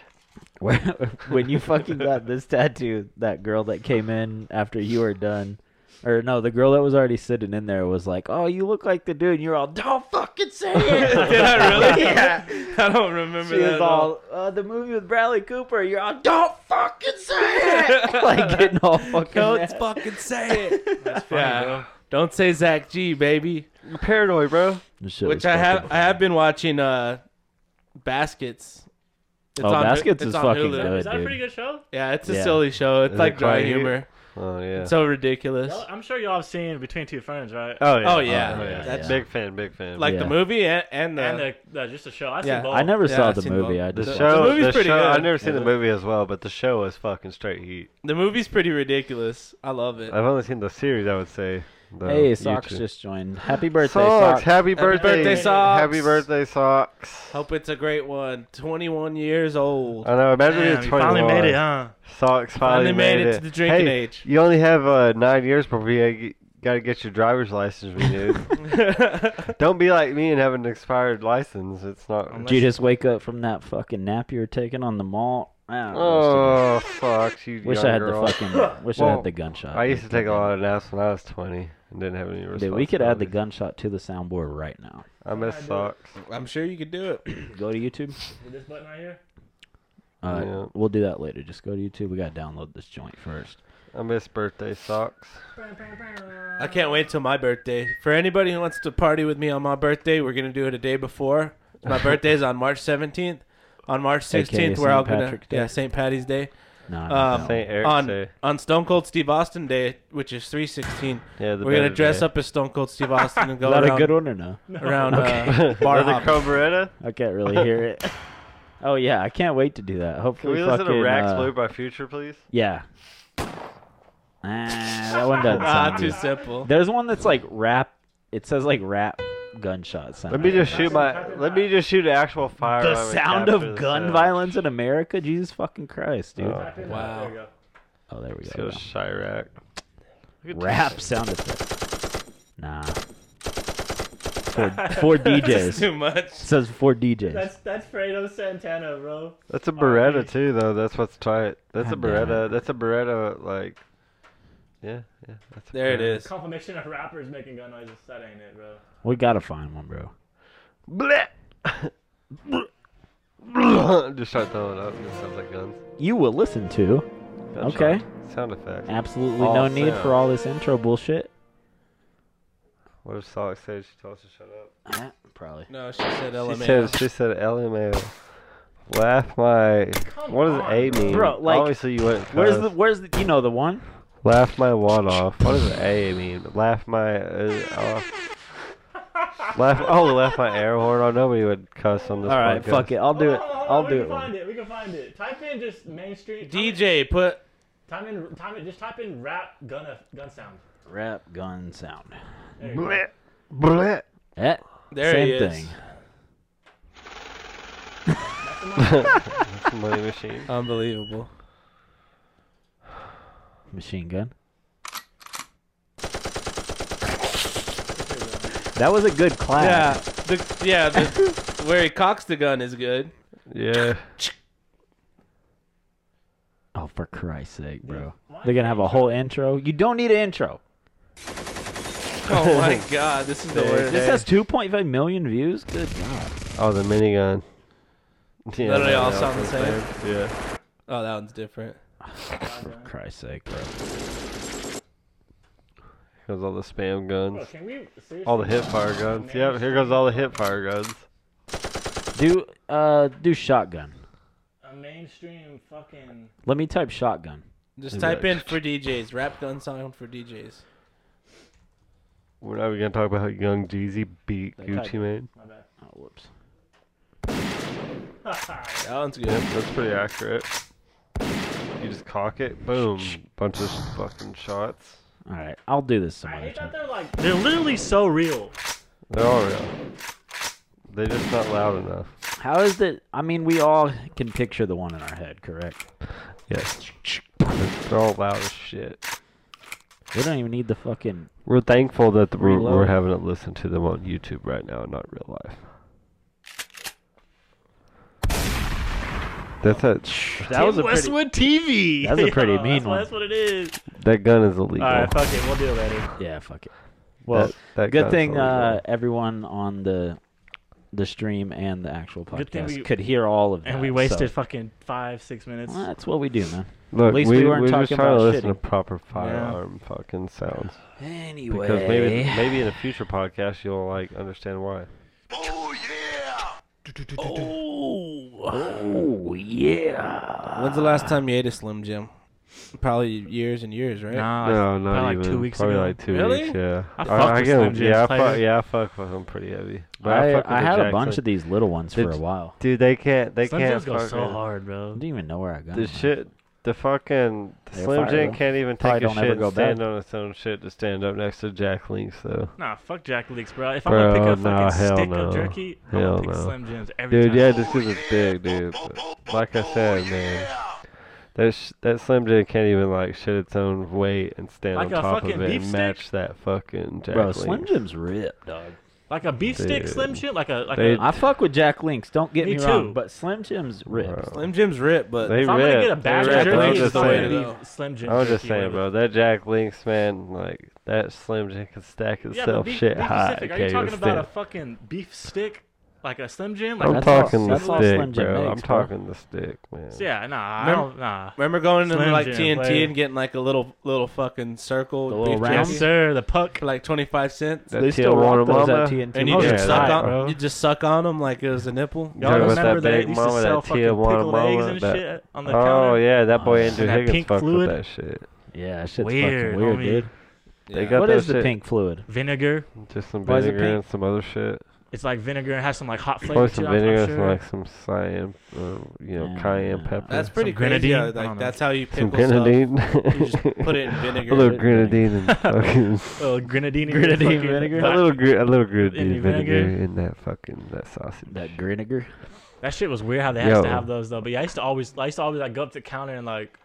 A: Where- when you fucking got this tattoo, that girl that came in after you were done, or no, the girl that was already sitting in there was like, "Oh, you look like the dude." And you're all, "Don't fucking say
C: Did
A: it."
C: I really?
A: Yeah.
C: I don't remember
A: She was
C: that. at all.
A: all, uh, "The movie with Bradley Cooper." You're all, "Don't fucking say it." like getting all fucking.
C: Don't
A: mad.
C: fucking say it.
B: That's funny,
C: Yeah.
B: bro.
C: Don't say Zach G, baby.
D: You're paranoid, bro.
A: This shit was
C: Which I have
A: fucking-
C: I have been watching uh Baskets. It's
A: Oh,
C: Hu-
A: Baskets
C: it's
A: is
C: on
A: fucking
C: Hulu.
A: good.
B: Is that a
A: dude.
B: pretty good show?
C: Yeah, it's a
A: Yeah.
C: silly show. It's
D: Is
C: like
D: it
C: dry
D: quite heat?
C: humor.
D: Oh yeah.
C: It's so ridiculous.
B: Y'all- I'm sure y'all have seen Between Two Ferns, right?
D: oh yeah.
C: Oh, yeah.
A: Yeah,
D: That's
A: that's-
D: big fan. Big fan.
C: like
A: Yeah.
C: the movie and, and the,
B: and the, the just the show. I
C: Yeah.
B: see both.
A: I never
C: Yeah,
A: saw
C: I've
A: the
C: seen
A: movie.
C: both.
A: I
D: The
A: just
D: show,
C: movie's
D: the
C: pretty
D: show. I've
C: good.
D: never seen
C: Yeah.
D: the movie as well, but the show is fucking straight heat.
C: the movie's pretty ridiculous. I love it.
D: I've only seen the series. I would say. though,
A: Hey,
D: you
A: Socks
D: two.
A: just joined. Happy birthday, Socks.
D: Socks, happy birthday,
C: birthday, Socks.
D: happy birthday, Socks.
C: Hope it's a great one. Twenty one years old.
D: I know. Imagine
B: Damn,
D: it's
B: you
D: 21.
B: finally made it, huh?
D: Socks finally,
C: Finally made it to the drinking
D: Hey,
C: age.
D: You only have uh, nine years before you got to get your driver's license renewed. Don't be like me and have an expired license. It's not.
B: Unless-
A: Did you just wake up from that fucking nap you were taking on the mall? Ah, I don't know.
D: Oh, Socks, you
A: wish
D: young
A: I had
D: girl.
A: the fucking. Wish I
D: Well,
A: had the
C: Uh,
A: gunshot.
D: I used to take a lot of naps when I was 20 and didn't have any
A: Dude,
D: responsibility.
A: we could add the gunshot to the soundboard right now.
D: I miss
B: I do it.
D: Socks.
C: I'm sure you could do it.
A: Go to YouTube.
B: With this button right here.
A: Uh,
D: Yeah.
A: We'll do that later. Just go to YouTube. We gotta download this joint first.
D: I miss birthday Socks.
C: I can't wait till my birthday. For anybody who wants to party with me on my birthday, we're gonna do it a day before. My birthday's on March seventeenth. On March
A: AKA
C: sixteenth,
A: St.
C: we're all gonna
A: Patrick's Day.
C: yeah St. Patty's Day.
A: No,
D: Uh,
C: Um,
A: no.
D: St. Eric's
C: on
D: Day.
C: on Stone Cold Steve Austin Day, which is three sixteen.
D: Yeah, the
C: We're gonna
D: better
C: dress
D: day.
C: up as Stone Cold Steve Austin and
A: is
C: go
A: that a
C: around,
A: good one or no?
C: around uh, bar
D: Another
C: hopping.
D: Coveretta?
A: I can't really hear it. Oh yeah, I can't wait to do that.
D: Can
A: Hopefully,
D: we listen
A: fucking,
D: to Rax
A: uh,
D: Blue by Future, please?
A: Yeah. Ah, that one doesn't
C: Ah,
A: sound
C: too
A: good.
C: simple.
A: There's one that's like rap. It says like rap gunshot sound.
D: Let me just shoot my. Let me just shoot an actual fire.
A: uh, the sound of gun violence in America. Jesus fucking Christ, dude.
D: Oh.
A: Oh,
C: Wow.
B: There you go.
A: there we
D: Let's
A: go.
D: go Chirac.
A: Rap sound effect. Nah. For for
C: That's
A: DJs.
C: too much.
A: It says for DJs.
B: That's that's Fredo Santana, bro.
D: That's a Beretta
B: dude.
D: too, though. That's what's tight. That's a
A: God damn
D: Beretta.
A: it.
D: That's a Beretta. Like, yeah, yeah. That's a
C: There it
D: Beretta.
C: is.
B: Confirmation of rappers making gun noises. That ain't it, bro.
A: we gotta find one, bro.
D: Bleh. Just start throwing up. It sounds like guns.
A: You will listen to.
D: Gunshot.
A: Okay.
D: Sound effects.
A: Absolutely
D: All
A: no need
D: sound.
A: for all this intro bullshit.
D: What if Sonic said she told us to shut up?
A: Ah, Probably.
C: No, she said LMAO.
D: She said she said LMAO. Laugh my. What does A mean?
A: Bro, like,
D: obviously you went.
A: Where's the
D: cuss.
A: where's the you know the one?
D: Laugh my wad off. What does A mean? Laugh my uh, off. Laugh. Oh, laugh my air horn. Oh, nobody would cuss on this.
A: All right,
D: podcast.
A: fuck it. I'll do it. I'll do
B: We can
A: it. one.
B: Oh, find it. We can find it. Type in just Main Street.
C: DJ, put
B: Type in. Type in. Just type in rap gun uh, gun sound.
A: Rap gun sound.
B: There you go.
D: Bleh. Bleh.
A: Eh,
C: there
A: same
C: he is.
A: thing.
D: Money machine.
C: Unbelievable.
A: Machine gun. That was a good
D: Ah.
A: clap.
C: Yeah, the yeah the, where he cocks the gun is good.
D: Yeah.
A: Oh, for Christ's sake, bro.
B: Why
A: They're going to have a whole intro. You don't need an intro.
C: Oh my god, this is the
D: There
C: worst.
D: it is.
A: This has 2.5 million views? Good God.
D: Oh, the minigun. Yeah,
C: Literally all
D: that
C: sound
D: was
C: the same.
D: Yeah.
C: Oh, that one's different.
A: For Christ's sake, bro.
D: Here goes all the
B: Bro,
D: spam guns.
B: can we seriously?
D: All the hip fire guns. Yep. Here goes all the hip fire guns.
A: Do, uh, do shotgun.
B: A mainstream fucking.
A: Let me type shotgun.
C: Just
D: Is
C: type
D: that-
C: in for DJs, rap gun sound for DJs.
D: We're not even gonna talk about how Young Jeezy beat
A: That
D: Gucci
A: type.
D: Mane.
B: My bad.
A: Oh, whoops.
C: That one's
D: Yep,
C: good.
D: that's pretty accurate. You just cock it, boom, bunch of fucking shots.
A: All right, I'll do this some
B: I
A: other
B: hate that
A: time.
B: they're like. They're literally so real.
D: They're all real. They're just not loud enough.
A: How is it? I mean, we all can picture the one in our head, correct?
D: Yes. They're all loud as shit.
A: We don't even need the fucking.
D: We're thankful that we're, we're
A: Reload.
D: having to listen to them on YouTube right now and not real life. That's a,
A: That was a pretty.
B: Westwood TV.
A: That's a pretty
B: Yo,
A: mean
B: that's what-
A: one.
B: That's what it is.
D: that gun is illegal.
B: All right, fuck it. We'll do it later.
A: Yeah, fuck it. Well,
D: That- that
A: good
D: gun's
A: thing
D: illegal.
A: uh, everyone on the the stream and the actual
B: Good thing
A: podcast
B: we-
A: could hear all of that.
B: And we
A: so-
B: wasted fucking five, six minutes.
A: Well, that's what we do, man.
D: Look,
A: least we weren't
D: are
A: talking
D: just trying to
A: about
D: listen to
A: shitting.
D: proper firearm fucking sounds.
A: Anyway,
D: Because maybe maybe in a future podcast you'll like understand why.
A: oh yeah.
C: When's the last time you ate a Slim Jim? Probably years and years, right?
A: Uh,
D: No, not
B: probably like
D: even.
B: two weeks
D: probably
B: ago.
D: like two
C: Really?
D: weeks. Yeah,
B: I fucked with
D: get
B: Slim
D: them-
B: Jims,
D: yeah, I fuck,
B: player.
D: yeah, I fuck with them pretty heavy. But I,
A: I,
D: fuck with
A: I
D: the
A: had a
D: Jackson.
A: bunch of these little ones for
D: Did-
A: a while.
D: Dude, they can't. They
B: Slim
D: can't
B: Jims go
D: fuck
B: so
D: with-
B: hard,
A: I
B: bro.
A: didn't even know where I got
D: The
A: them.
D: shit. The fucking the
A: They're
D: Slim
A: fire,
D: Jim
A: though.
D: can't even
A: Probably
D: take a
A: don't ever
D: shit
A: go
D: and stand
A: back.
D: on its own shit to stand up next to Jack Links though.
B: Nah, fuck Jack Leaks, bro. If I'm gonna pick
D: Bro,
B: a fucking
D: nah, hell
B: stick
D: no.
B: of jerky, I'm
D: Hell
B: gonna pick
D: no.
B: Slim Jims every
D: Dude,
B: time.
D: yeah, just 'cause it's big, dude. But like I said, man, that sh- that Slim Jim can't even like shit its own weight and stand
B: Like a
D: on top of
B: fucking
D: it
B: beef
D: and
B: stick?
D: match that fucking Jack
A: Bro,
D: Links.
A: Slim Jim's ripped, dog.
B: Like a beef stick
D: Dude.
B: Slim Jim, like a like
D: They-
B: a.
A: I fuck with Jack Links. Don't get
B: Me
A: me, wrong,
B: too.
A: but Slim Jim's ripped.
D: Bro.
C: Slim Jim's rip, but
D: They
B: If I'm gonna
D: rip.
B: get a bag
D: They
B: of
D: rip.
C: jerky,
D: I'm
B: jerky,
D: just
B: it's going
D: saying.
B: to be Slim Jim.
D: I'm just
B: jerky,
D: saying,
B: whatever.
D: bro. That Jack Links, man, like that Slim Jim can stack
B: Yeah, but
D: itself
B: be,
D: shit
B: be
D: high.
B: specific. Are
D: okay,
B: you talking
D: with
B: about a
D: stick.
B: fucking beef stick, like a Slim Jim? Like
D: I'm
A: That's all-
D: talking
A: that's
D: the
A: all Slim
D: stick,
A: Jim
D: bro. I'm
A: makes, bro.
D: talking the stick, man.
B: yeah, nah, I
C: Remember-
B: don't, nah.
C: remember going to
B: Slim
C: like
B: Jim,
C: TNT
B: player.
C: and getting like a little little fucking circle
A: The
C: with
A: little
C: beef
A: round?
C: jerky
B: Yes, sir. The puck.
C: for like twenty five cents,
D: That
A: They still
D: Tijuana
A: rock those
D: mama.
A: at TNT.
C: and you
D: yeah,
C: just suck
D: right,
C: on
B: bro.
C: you just suck on them like it was a nipple.
B: Y'all
D: Talking about that
B: remember they
D: big
B: used
D: mama,
B: to
D: that
B: sell fucking
D: Tijuana
B: pickled eggs
D: mama,
B: and
D: that-
B: shit on the
D: Oh
B: counter?
D: yeah, that boy
A: Oh,
D: Andrew
B: that
D: Higgins
B: pink
D: fucked
B: fluid?
D: with that shit.
A: Yeah, that shit's
B: Weird,
A: fucking weird,
B: homie.
A: dude.
C: Yeah.
D: They got
A: What
D: that
A: is the
D: shit-
A: pink fluid?
B: Vinegar.
D: Just some
A: Why is it
D: vinegar
A: pink?
D: and some other shit.
B: It's like vinegar. It has some like hot flavor
D: Probably
B: to it.
D: some
B: I'm- I'm
D: vinegar and some
B: sure.
D: like some cyan, uh, you know,
A: Yeah,
D: cayenne
A: yeah.
D: pepper.
C: That's pretty
B: Some
C: crazy. how,
B: grenadine? I don't
C: like
B: know.
C: that's how you
D: some
C: pickle stuff.
D: grenadine.
C: You just put it in
D: a little
C: vinegar.
D: grenadine and fucking.
B: Oh, grenadine,
A: Grenadine
B: fucking-
A: vinegar?
D: A little, gr- a little
B: Any
D: grenadine
B: vinegar?
D: vinegar in that fucking that sausage.
A: That Griniger?
B: That shit was weird how they used to
D: Yo.
B: have those though. But yeah, I used to always, I used to always like go up to the counter and like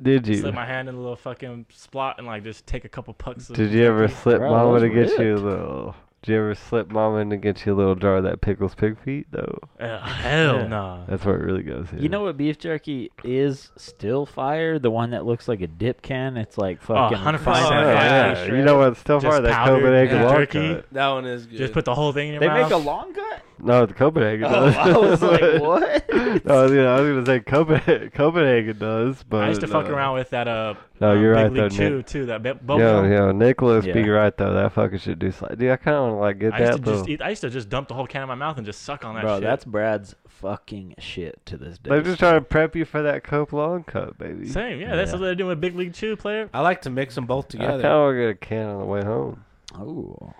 D: Did you?
B: slip my hand in a little fucking spot and like just take a couple pucks. Of
D: Did you ever
B: jerky.
D: slip
A: Bro,
D: mama to
A: those
D: get you a
A: ripped.
D: little? Did you ever slip mama in to get you a little jar of that pickles pig feet though?
B: Uh, hell
A: Yeah.
B: no.
D: That's where it really goes. In.
A: You know what beef jerky is still fire? The one that looks like a dip can. It's like
B: Oh,
A: fucking.
B: 100%.
D: Oh,
C: Yeah,
D: yeah.
C: yeah.
D: You know what? Still
B: Just
D: far that
B: powdered
D: Copenhagen
C: beef
D: long
B: jerky.
D: cut.
C: That one is good.
B: Just put the whole thing in your
A: They
B: mouth.
A: make a long cut?
D: No, it's Copenhagen.
A: Oh,
D: does.
A: I was like, what?
D: No, I was gonna, I was gonna say Copenhagen, Copenhagen does, but
B: I used to fuck
D: no.
B: around with that. Uh,
D: No,
B: uh,
D: you're
B: Big
D: right
B: League
D: though,
B: Chew
D: Nick.
B: too. That bubble.
D: Yo, yo, Nicholas, be
A: Yeah.
D: right though. That fucking shit do slide. Dude, I kind of want to like get
B: I used
D: that,
B: to
D: but
B: just eat. I used to just dump the whole can in my mouth and just suck on that
A: Bro,
B: shit.
A: that's Brad's fucking shit to this day.
D: They're just trying to prep you for that Cope Long Cup, baby.
B: Same, yeah, that's
A: Yeah.
B: what they're doing with Big League Chew player.
C: I like to mix them both
D: I kind
C: together.
D: of want to get a can on the way home.
A: Oh,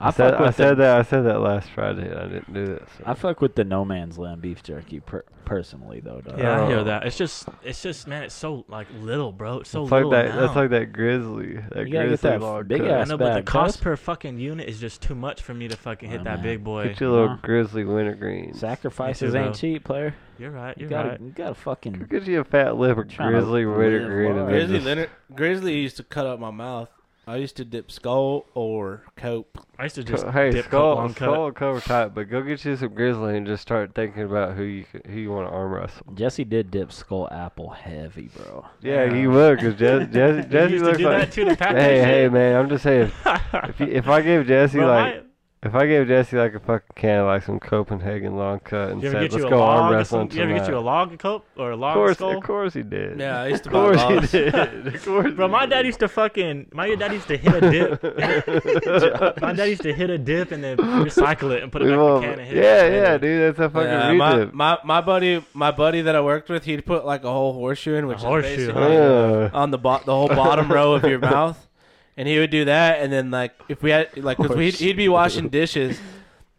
D: I,
A: I,
D: said,
A: fuck
D: I
A: with
D: said
A: the,
D: that I said that last Friday and I didn't do it. So.
A: I fuck with the no man's land beef jerky per- personally though. Dog.
B: Yeah, I
D: Oh.
B: hear that. It's just, it's just, man, it's so like little, bro. It's so
D: It's
B: little
D: like that.
B: now.
D: That's like that grizzly. That
A: You gotta
D: grizzly
A: get that
D: log
A: big
D: cut.
B: I
A: ass
B: know, but the
A: bag,
B: cost
A: cuz.
B: per fucking unit is just too much for me to fucking hit
A: Oh,
B: that
A: man.
B: big boy.
D: Get your little
A: Huh?
D: grizzly wintergreen.
A: Sacrifices
B: Me too,
A: ain't
B: bro.
A: cheap, player.
B: You're right.
A: You
B: You're
A: gotta,
B: right.
A: you gotta fucking.
D: Get you a fat liver
A: Tryna
D: grizzly
A: live
D: wintergreen.
A: large. Grizzly
D: and then
C: Grizzly,
D: just-
C: Leonard, Grizzly used to cut up my mouth. I used to dip skull or cope.
B: I used to just
D: hey,
B: dip
D: skull,
B: Coke long cut.
D: skull cover tight, but go get you some grizzly and just start thinking about who you c- who you want to arm wrestle.
A: Jesse did dip skull apple heavy, bro.
D: Yeah,
B: Yeah.
D: you would, cause Jesse, Jesse,
B: You
D: Jesse
B: used to
D: looks
B: do
D: like.
B: that too to pack that
D: Hey, hey,
B: shit?
D: man! I'm just saying, if, you, if I gave Jesse
B: Bro,
D: like,
B: my-
D: if I gave Jesse like a fucking can of like some Copenhagen long cut and
B: you ever
D: said,
B: get
D: "Let's
B: you a
D: go arm
B: log? Or
D: wrestling
B: some, you ever get you a
D: tonight."
B: log of coke or a
D: Of
B: log of
D: course,
B: skull?
D: of course he did.
C: Yeah, I used to
D: Of
C: buy
D: course he
C: logs.
D: did. Of course.
B: Bro,
D: he
B: my
D: did.
B: dad used to fucking. My dad used to hit a dip. my dad used to hit a dip and then recycle it and put it
D: We
B: back in the
D: won't-
B: can and hit it.
D: yeah,
B: back
D: yeah,
B: later.
D: dude, that's a fucking
C: Yeah, my,
D: redip.
C: my my buddy my buddy that I worked with, he'd put like a whole horseshoe in, which
B: horseshoe,
C: is basically
D: Ugh.
C: on the bo- the whole bottom row of your mouth, and he would do that. And then like if we had like
B: Oh,
C: because he'd, he'd be washing dishes,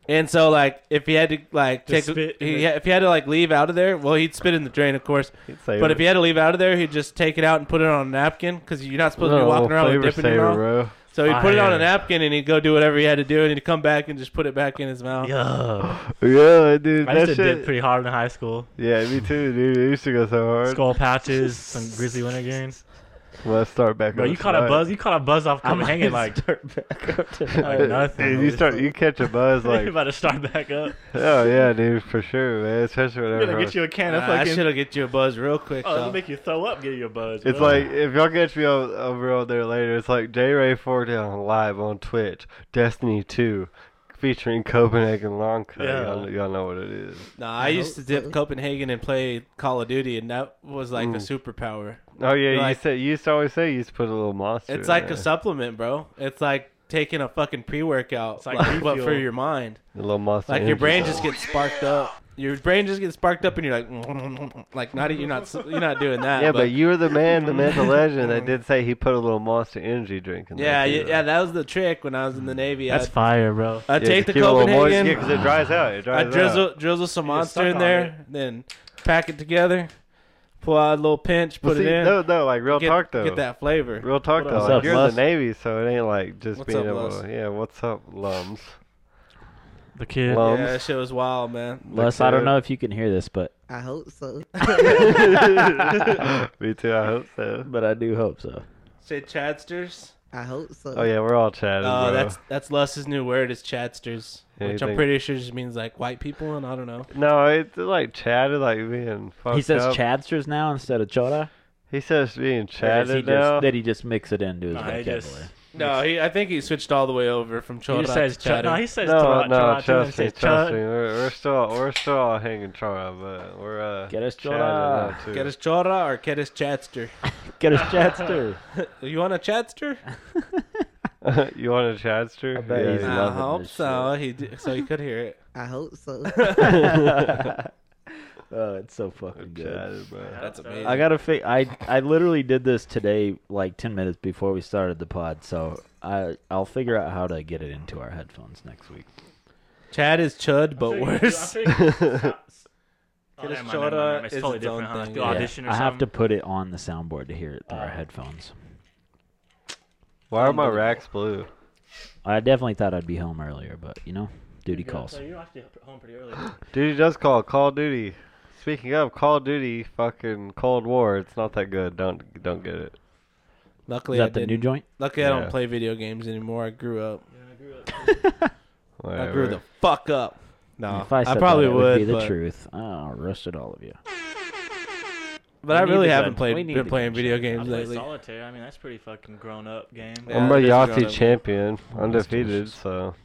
C: and so like if he had to like take
B: Just spit in
C: he,
B: it.
C: if he had to like leave out of there, well he'd spit in the drain of course.
D: He'd save
C: But
D: it.
C: if he had to leave out of there, he'd just take it out and put it on a napkin because you're not supposed to
D: Little
C: be walking around with
D: Oh, flavor
C: dip in your
D: saver,
C: mouth.
D: bro.
C: So he'd put it on a
B: Fire.
C: napkin and he'd go do whatever he had to do, and he'd come back and just put it back in his mouth.
B: Yeah.
D: Yeah, dude,
B: I used
D: that
B: to dip
D: shit.
B: pretty hard in high school.
D: Yeah, me too, dude. I used to go so hard.
B: Skull patches, some grizzly wintergreen.
D: Let's start back.
B: Bro,
D: on
B: you
D: the
B: caught a
D: slide.
B: buzz. You caught a buzz off Copenhagen like
A: start back up to
B: like nothing.
D: Dude, you start, you catch a buzz
B: Like,
D: like,
B: about to start back up.
D: oh yeah, dude, for sure, man. Especially
B: I'm
D: whenever
B: gonna get you a can
C: Uh,
B: of
C: that
B: fucking.
C: shit'll get you a buzz real quick.
B: oh, it'll
C: though.
B: make you throw up. Give you a buzz.
D: It's
B: bro.
D: like if y'all catch me over, over on there later, it's like J Ray Fordell live on Twitch, Destiny Two, featuring Copenhagen Long Cut.
B: Yeah.
D: Y'all, y'all know what it is.
C: No, I used to
E: hope
C: dip
E: so.
C: Copenhagen and play Call of Duty, and that was like a
D: Mm.
C: superpower.
D: Oh yeah, you
C: Like-
D: said you used to always say you used to put a little monster.
C: It's
D: in
C: like
D: there.
C: a supplement, bro. It's like taking a fucking pre-workout,
B: It's like
C: like, but for
B: refuel.
C: your mind.
D: a little monster.
C: Like your
D: energy
C: brain
D: bar.
C: just gets sparked up. Your brain just gets sparked up, and you're like, like not e, you're not you're not doing that.
D: Yeah, but you were the man, the man, the legend that did say he put a little monster energy drink in
C: yeah,
D: there.
C: yeah,
D: too.
C: yeah, that was the trick when I was in the Navy.
B: that's
C: I'd,
B: fire, bro.
C: I'd
D: Yeah,
C: take
D: just
C: the
D: give it a little moist-
C: Copenhagen,
D: Yeah, because it dries out. It
C: I
D: dries
C: drizzle
D: out.
C: drizzle some
B: You just
C: monster in
B: suck on
C: there,
B: it.
C: then pack it together, pull out a little pinch,
D: Well,
C: put
D: see,
C: it in,
D: No, no, like real
C: get,
D: talk though.
C: get that flavor.
D: Real talk
B: What
D: though.
B: up,
D: like,
A: Lums?
D: you're in
A: Lums?
D: the Navy, so it ain't like just
C: What's
D: being
C: up,
D: able.
C: Lums?
D: to Yeah, what's up, lums?
B: The kid.
D: Well-
C: Yeah, that shit was wild, man.
A: Les, I don't know if you can hear this, but
E: I hope so.
D: Me too. I hope so.
A: but I do hope so.
C: Say Chadsters.
E: I hope so.
D: Oh yeah, we're all chatting.
C: Oh,
D: bro.
C: that's that's Lus's new word is Chadsters,
D: Yeah, you
C: which I'm
D: think-
C: pretty sure just means like white people, and I don't know.
D: no. It's like chatted, like being fucked
A: he says
D: up.
A: chadsters now instead of choda.
D: He says being
A: Or does he
D: chatted now.
A: just, did he just mix it into his
B: Nah, he
A: vocabulary?
B: just-
C: No, he, I think he switched all the way over from
B: He
C: Chora
B: just says
C: to Chad.
B: chud. No, he says
D: No,
B: chud.
D: no,
B: chud, chud,
D: trust
B: and
D: me,
B: says
D: trust
B: chud.
D: me. We're, we're still, we're still all hanging chara, but we're uh,
A: Get us
D: chatted
A: chara.
D: now, too.
C: Get us Chora or get us Chadster.
A: Get us chadster.
C: you want a Chadster?
D: you want a chadster?
A: I bet he's
C: I
A: Yeah. loving
C: hope
A: this
C: so. He did, so he could hear it.
E: I hope so.
A: oh, it's so fucking
D: We're
A: good.
D: chatted, bro.
C: That's amazing.
A: I gotta fi- I I literally did this today, like ten minutes before we started the pod. So I I'll figure out how to get it into our headphones next week.
C: Chad is Chud, but worse.
B: Oh,
C: Get us
B: never mind,
C: chud,
B: never mind, never mind.
C: is
B: It's totally
C: its own
B: different. I'll have
C: thing.
B: to
C: Yeah.
B: audition or
A: I have to
B: something. Ah.
A: put it on the soundboard to hear it through our headphones.
D: Why are my racks blue?
A: I definitely thought I'd be home earlier, but you know, duty calls.
B: You're actually home pretty early.
D: Duty does call Call of Duty. Speaking of Call of Duty, fucking Cold War. It's not that good. Don't don't get it.
C: Luckily,
A: Is
C: I
A: that the new
C: didn't-
A: joint?
C: Luckily, I
D: Yeah.
C: don't play video games anymore. I grew up. I
D: Whatever.
C: grew the fuck up. No,
A: if I, said
C: probably
A: that, it
C: would.
A: be the
C: but,
A: truth. I arrested all of you.
C: but I
A: We need
C: really
A: the
C: haven't
A: good-
C: played.
A: we need
C: Been
A: the
C: playing
A: good
C: video
B: I
C: games
B: play
C: lately.
B: solitaire. I mean, that's pretty fucking grown up game.
C: Yeah.
D: I'm a
C: it is grown
D: Yahtzee
C: up.
D: champion,
A: that's
D: undefeated.
A: delicious.
D: So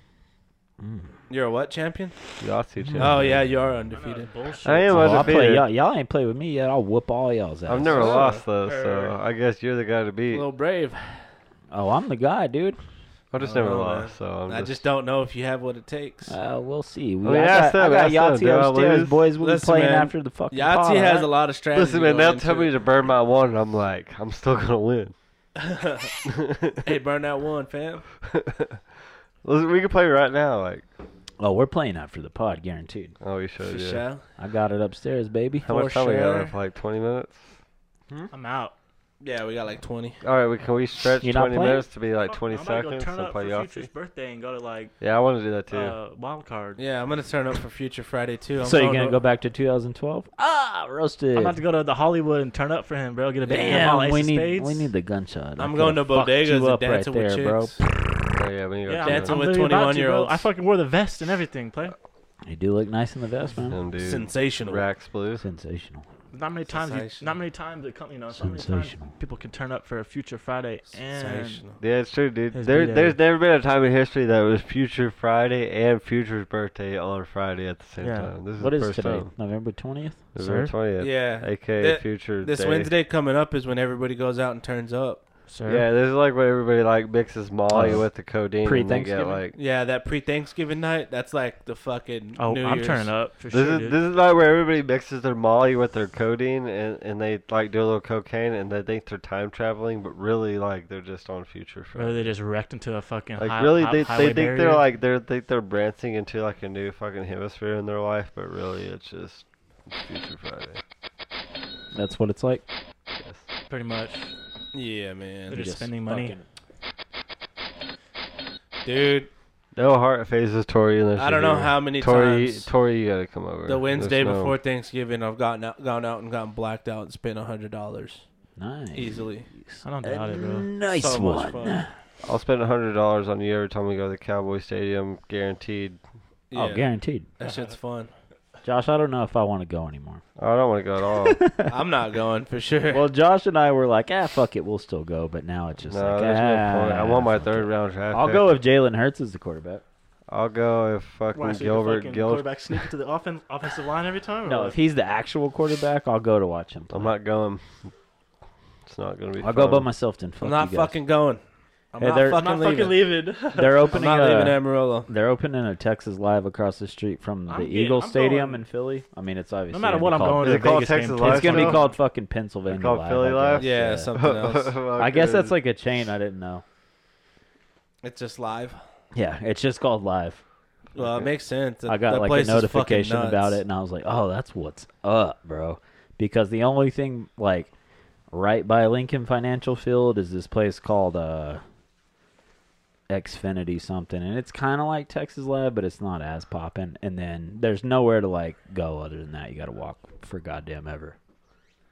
C: Mm.
A: Mm.
C: You're a what champion?
D: Yahtzee champion.
C: Oh yeah, you are
B: I know, it's
C: undefeated.
B: bullshit.
D: I am
A: Oh, I'll play
D: undefeated.
A: y'all. Y'all ain't play with me yet. I'll whoop all y'all's ass.
D: I've never
C: Oh.
D: lost though,
C: Err.
D: so I guess you're the guy to
C: A
D: beat.
C: little brave.
A: Oh, I'm the guy, dude.
D: I just
C: I don't
D: never
C: know, man.
D: lost, so I'm
C: I
D: just.
C: just don't know if you have what it takes.
A: Uh, we'll see. We,
C: Oh,
D: I mean,
A: I
D: ask
A: got, I
D: them,
A: got
D: ask them,
A: Yahtzee
D: do I
A: upstairs,
D: lose?
A: boys. We'll
C: Listen,
A: be playing
C: man,
A: after the fucking pod,
C: Yahtzee has
A: alright?
C: a lot of strategy.
D: Listen, man,
C: going
D: they'll
C: into
D: tell me
C: it.
D: to burn my one, and I'm like, I'm still gonna win.
C: hey, burn that one, fam.
D: Listen, we can play right now. Like,
A: Oh, we're playing after the pod, guaranteed.
D: oh, we should.
C: For
D: Yeah.
C: sure.
A: I got it upstairs, baby.
D: How much
C: For
D: time we got?
C: sure.
D: left? Like 20 minutes.
B: I'm out.
C: Yeah, we got like twenty.
D: All right, we, can we stretch
A: You're not
D: 20
A: playing?
D: minutes to be
C: Oh,
D: like 20
B: I'm about to go
D: seconds
B: turn
D: and
B: up
D: play
B: for
D: Yahtzee?
B: Future's birthday and go to like
D: Yeah, I want to do that too.
B: uh, wild card.
C: Yeah, I'm gonna turn up for Future Friday too. I'm
A: So you're
C: going
A: gonna
C: to-
A: go back to 2012? Ah, roasted.
B: I'm about to go to the Hollywood and turn up for him, bro. Get a big
A: Damn,
B: Ace
A: we
B: of
A: need
B: spades.
A: we need the gunshot.
C: I'm
A: I
C: going to
A: could've fucked
C: bodegas
A: you
C: and
A: up
C: dancing
A: right
C: with
A: there, bro.
C: chicks.
D: oh, yeah, we need to go
B: Yeah,
D: turn
C: Dancing
B: I'm,
D: up.
B: I'm
C: with
B: literally about to,
C: 21-year-olds.
B: bro. I fucking wore the vest and everything. Play.
A: You do look nice in the vest, man.
D: Damn, dude.
C: Sensational.
D: Racks blue.
A: Sensational.
B: Not many times. You,
C: Sensational.
B: not many times. It come, you know. Not many times
A: Sensational.
B: people can turn up for a future Friday and
C: Sensational.
D: Yeah, it's true, dude.
B: His
D: There,
B: beat
D: there's
B: up.
D: never been a time in history that was Future Friday and Future's birthday on Friday at the same
B: Yeah.
D: time. This is
A: What
D: the
A: is
D: first
A: today?
D: time.
A: November 20th.
D: November
B: Sir?
D: 20th.
C: Yeah.
D: AKA
C: Th-
D: Future
C: This
D: Day.
C: Wednesday coming up is when everybody goes out and turns up.
B: sir.
D: Yeah, this is like when everybody like mixes Molly
A: Oh.
D: with the codeine and they get
A: Pre-Thanksgiving?
D: like.
C: Yeah, that pre-Thanksgiving night, that's like the fucking
B: Oh,
C: New
B: I'm
C: Year's.
B: turning up for
D: This
B: sure.
D: is
B: dude.
D: this is like where everybody mixes their Molly with their codeine and, and they like do a little cocaine and they think they're time traveling, but really like they're just on Future
B: Bro,
D: Friday.
B: they just wrecked into a fucking
D: Like
B: hi-
D: really,
B: hi-
D: they
B: highway
D: they think
B: barrier.
D: they're like they're think they're branching into like a new fucking hemisphere in their life, but really it's just Future Friday.
A: That's what it's like.
D: Yes.
B: pretty much. They're
C: Yeah, man.
B: just,
A: just
B: spending money.
A: fucking-
C: Dude,
D: No heart phases, Tori. Unless
C: I
D: you're
C: don't know
D: here.
C: how many
D: Tori,
C: times
D: Tori, you gotta come over.
C: the Wednesday
D: There's no-
C: before Thanksgiving I've gotten out, gone out and gotten blacked out and spent a hundred dollars
A: Nice.
C: easily.
B: I don't
A: A
B: doubt it, bro.
A: nice
C: So much
A: one.
C: fun.
D: I'll spend a hundred dollars on you every time we go to the Cowboy Stadium, guaranteed.
C: Yeah,
A: Oh, guaranteed.
C: that shit's fun.
A: Josh, I don't know if I want to go anymore.
D: Oh, I don't want to go at all.
C: I'm not going for sure.
A: Well, Josh and I were like, ah, fuck it, we'll still go. But now it's just
D: no,
A: like,
D: there's
A: ah,
D: no point. I want my
A: fuck
D: third
A: it.
D: round draft.
A: I'll
D: pick.
A: go if Jalen Hurts is the quarterback.
D: I'll go if fucking Gilbert Gilbert.
B: quarterback sneak into the offen- offensive line every time?
A: No, if he's the actual quarterback, I'll go to watch him. Play.
D: I'm not going. It's not gonna be.
A: I'll go by
D: fun.
A: myself and fuck
C: I'm not
A: you guys.
C: fucking going. I'm
A: Hey,
C: not
A: they're-
C: fucking leaving.
B: leaving.
A: They're
C: I'm
A: opening
C: not leaving
A: a,
C: Amarillo.
A: they're opening a Texas Live across the street from the
B: I'm getting-
A: Eagle
B: I'm
A: Stadium
B: going-
A: in Philly. I mean, it's obviously
B: No matter
A: gonna
B: what,
A: be
B: I'm
A: called-
B: going
D: Is
B: to
D: it called
B: Vegas
D: Texas
B: game.
D: Live
A: It's gonna be
D: still?
A: called fucking Pennsylvania
D: It's called
A: Live.
D: Philly
A: I
D: Live?
A: guess.
C: Yeah, something else.
D: Well,
A: I guess
D: good.
A: that's like a chain. I didn't know.
C: It's just live.
A: Yeah, it's just called Live.
C: Well, it
D: Okay.
C: makes sense. That,
A: I got
C: that
A: like a
C: place is fucking
A: notification
C: nuts.
A: about it, and I was like, "Oh, that's what's up, bro." Because the only thing like right by Lincoln Financial Field is this place called uh Xfinity something, and it's kind of like Texas Live, but it's not as poppin'. And then there's nowhere to like go other than that. You got to walk for goddamn ever,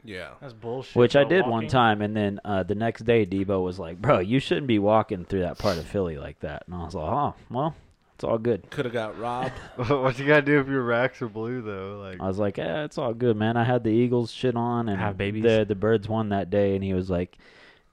C: Yeah.
B: That's bullshit.
A: which I
B: bro,
A: did one
B: walking.
A: time. And then uh, the next day, Debo was like, "Bro, you shouldn't be walking through that part of Philly like that." And I was like, "Oh, well, it's all good."
C: Could have got robbed.
D: what you gotta do if your racks are blue though? Like
B: Uh,
A: I was like, "Yeah, it's all good, man. I had the Eagles shit on, and
B: Have babies.
A: The the birds won that day." And he was like,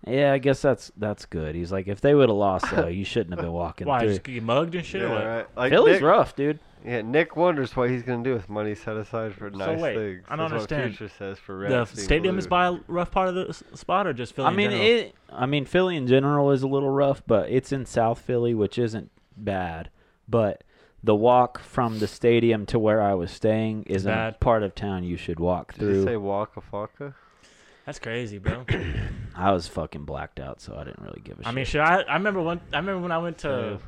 A: "Yeah, I guess that's that's good." He's like, "If they would have lost, though, you shouldn't have been walking
B: Why
A: through."
B: just get mugged and shit? or what?
D: yeah, right. Like
A: Philly's
D: Nick,
A: rough, dude.
D: Yeah, Nick wonders what he's gonna do with money set aside for nice
B: wait,
D: things.
B: I don't
D: That's what
B: understand.
D: Future says for
B: The
D: racks being
B: stadium is
D: blue.
B: by a rough part of the s- spot, or just Philly?
A: I
B: in
A: mean,
B: general?
A: it. I mean, Philly in general is a little rough, but it's in South Philly, which isn't bad. But the walk from the stadium to where I was staying is a
B: Bad.
A: part of town you should walk
D: Did you
A: through.
D: say Waka Flocka?
B: that's crazy, bro.
A: I was fucking blacked out, so I didn't really give a
B: I
A: shit.
B: mean, shit. I, I remember one. I remember when I went to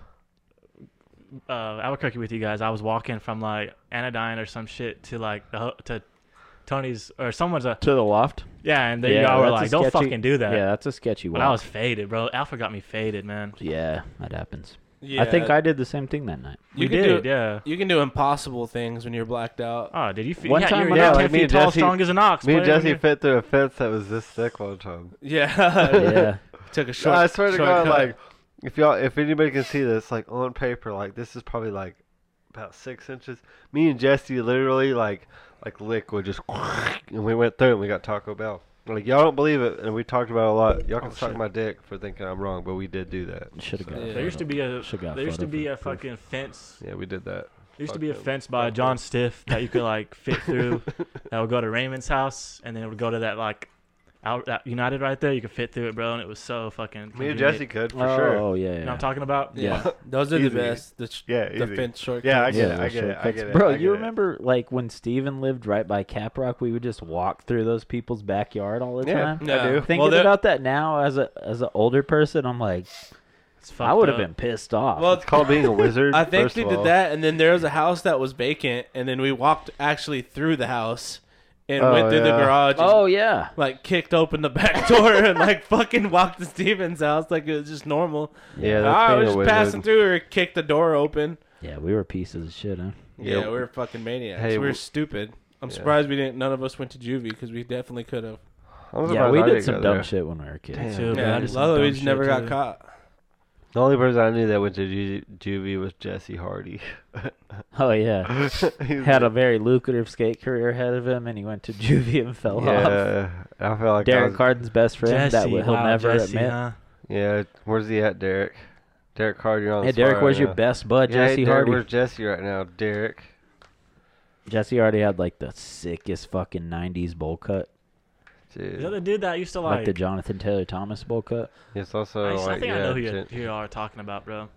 B: uh, Albuquerque with you guys. I was walking from like Anodyne or some shit to like the ho- to Tony's or someone's. Uh,
A: to the loft.
B: yeah, and then y'all were
A: that's a
B: like, "Don't
A: sketchy-
B: fucking do that."
A: Yeah, that's a sketchy walk.
B: But I was faded, bro. Alpha got me faded, man.
A: Yeah, that happens.
C: Yeah.
A: I think I did the same thing that night.
C: You
B: we
C: can
B: did,
C: do-
B: yeah.
C: You can do impossible things when you're blacked
A: Uh,
C: out.
B: Oh, did you feel?
A: One
B: yeah,
A: time
B: you're
A: when
B: now
A: I-
B: ten
D: like me
B: feet
D: and
B: tall,
D: Jesse-
B: strong as an ox.
D: Me and
B: player,
D: Jesse
B: you're-
D: fit through a fence that was this thick one time.
C: Yeah.
A: Yeah.
C: Took a
D: No,
C: short.
D: I swear to God,
C: shortcut.
D: like if y'all, if anybody can see this, like on paper, like this is probably like about six inches. Me and Jesse literally like like liquid just, and we went through and we got Taco Bell. Like y'all don't believe it, and we talked about it a lot. Y'all can
B: Oh,
D: suck
B: shit.
D: my dick for thinking I'm wrong, but we did do that.
A: Should have
D: So,
A: got.
B: There used to be a.
A: Should've got
B: There used to
A: photo
B: be
A: for
B: a
A: proof.
B: fucking fence.
D: Yeah, we did that.
B: There used to be a
D: Fuck him.
B: fence by
D: Fuck
B: John
D: him.
B: Stiff that you could like fit through. that would go to Raymond's house, and then it would go to that like out that United right there. You could fit through it, bro, and it was so fucking.
D: Me and
B: convenient.
D: Jesse could for
A: oh,
D: sure.
A: Oh yeah.
B: You
A: yeah.
B: know what I'm talking about?
A: Yeah.
C: Those are the
D: Easy.
C: best. The, sh-
D: Yeah,
C: the
D: easy.
C: fence shortcuts.
D: Yeah, I get it.
A: Yeah,
D: I get it. I
A: shortcuts.
D: get it.
A: Bro,
D: I get
A: you
D: it.
A: remember like when Steven lived right by Cap Rock, we would just walk through those people's backyard all the
D: Yeah.
A: time.
D: I do.
A: Thinking
C: that-
A: about that now as a as an older person, I'm like,
B: It's
A: I
B: fucked
A: would have
B: up.
A: been pissed off.
C: Well,
D: It's called being a wizard.
C: I think
D: first
C: they
D: of all.
C: did that, and then there was a house that was vacant, and then we walked actually through the house and
D: Oh,
C: went through the
D: yeah.
C: garage. and,
A: oh yeah,
C: Like kicked open the back door and like fucking walked to Steven's house like it was just normal.
D: Yeah, that's
C: I
D: being
C: was
D: a
C: just
D: wizard.
C: passing through or kicked the door open.
A: yeah, we were pieces of shit, huh?
C: Yeah,
D: Yeah.
C: we were fucking maniacs.
D: Hey,
C: we were
D: w-
C: stupid. I'm
D: Yeah.
C: surprised we didn't. None of us went to juvie because we definitely could have.
D: I was
A: Yeah,
D: surprised
A: we
D: I
A: did
D: didn't
A: some
D: go
A: dumb
D: there.
A: shit when we were kids.
B: Me
D: Damn.
B: too,
D: Yeah,
B: bro.
C: Yeah,
B: I did some dumb
C: Lalo
B: shit,
C: never got
B: too.
C: caught.
D: The only person I knew that went to ju- juvie was Jesse Hardy.
A: Oh yeah,
D: He's-
A: had a very lucrative skate career ahead of him, and he went to juvie and fell off.
D: yeah, I feel like I
A: Derek
D: was-
A: Carden's best friend that
B: Jesse,
A: he'll
B: wow,
A: never
B: Jesse,
A: admit.
B: huh?
D: Yeah, where's he at, Derek? Derek Hardy, you're on.
A: Hey
D: the spot
A: Derek,
D: right
A: where's your
D: now.
A: best bud,
D: Yeah, hey,
A: Jesse
D: Derek,
A: Hardy?
D: Where's Jesse right now, Derek?
A: Jesse already had like the sickest fucking '90s bowl cut.
D: Dude,
B: The other dude that used to
A: like,
B: like.
A: the Jonathan Taylor Thomas bowl cut.
D: it's also
B: I, used- I
D: like
B: think
D: Oh, yeah,
B: I know who you,
D: shit.
B: who you are talking about, bro.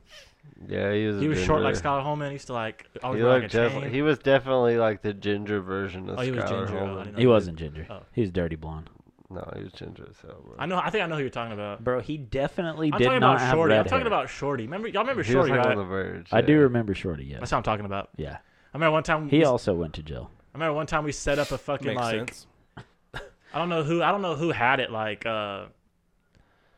D: yeah, he was. a
B: He was short like
D: ginger.
B: Skylar Holman. He used to like always
D: He
B: wear, like a
D: looked just-
B: chain.
D: he was definitely like the ginger version of
B: Oh, he was
D: Skylar
B: ginger, oh, I
D: Holman.
B: didn't know.
A: He wasn't ginger.
B: Oh.
A: He was dirty blonde.
D: No, he was ginger as hell, bro.
B: I know. I think I know who you're talking about.
A: Bro, he definitely
B: I'm
A: did
B: talking
A: not
B: about
A: have
B: Shorty.
A: red
B: I'm talking
A: hair.
B: about Shorty. Remember, y'all remember
D: he
B: Shorty,
D: was like
B: right?
D: on the verge.
A: I do
D: yeah.
A: remember Shorty. Yeah,
B: That's what I'm talking about.
A: yeah.
B: I remember one time.
A: He
B: we-
A: also went to jail.
B: I remember one time we set up a fucking
C: Makes
B: like.
C: sense.
B: I don't know who. I don't know who had it. Like, uh,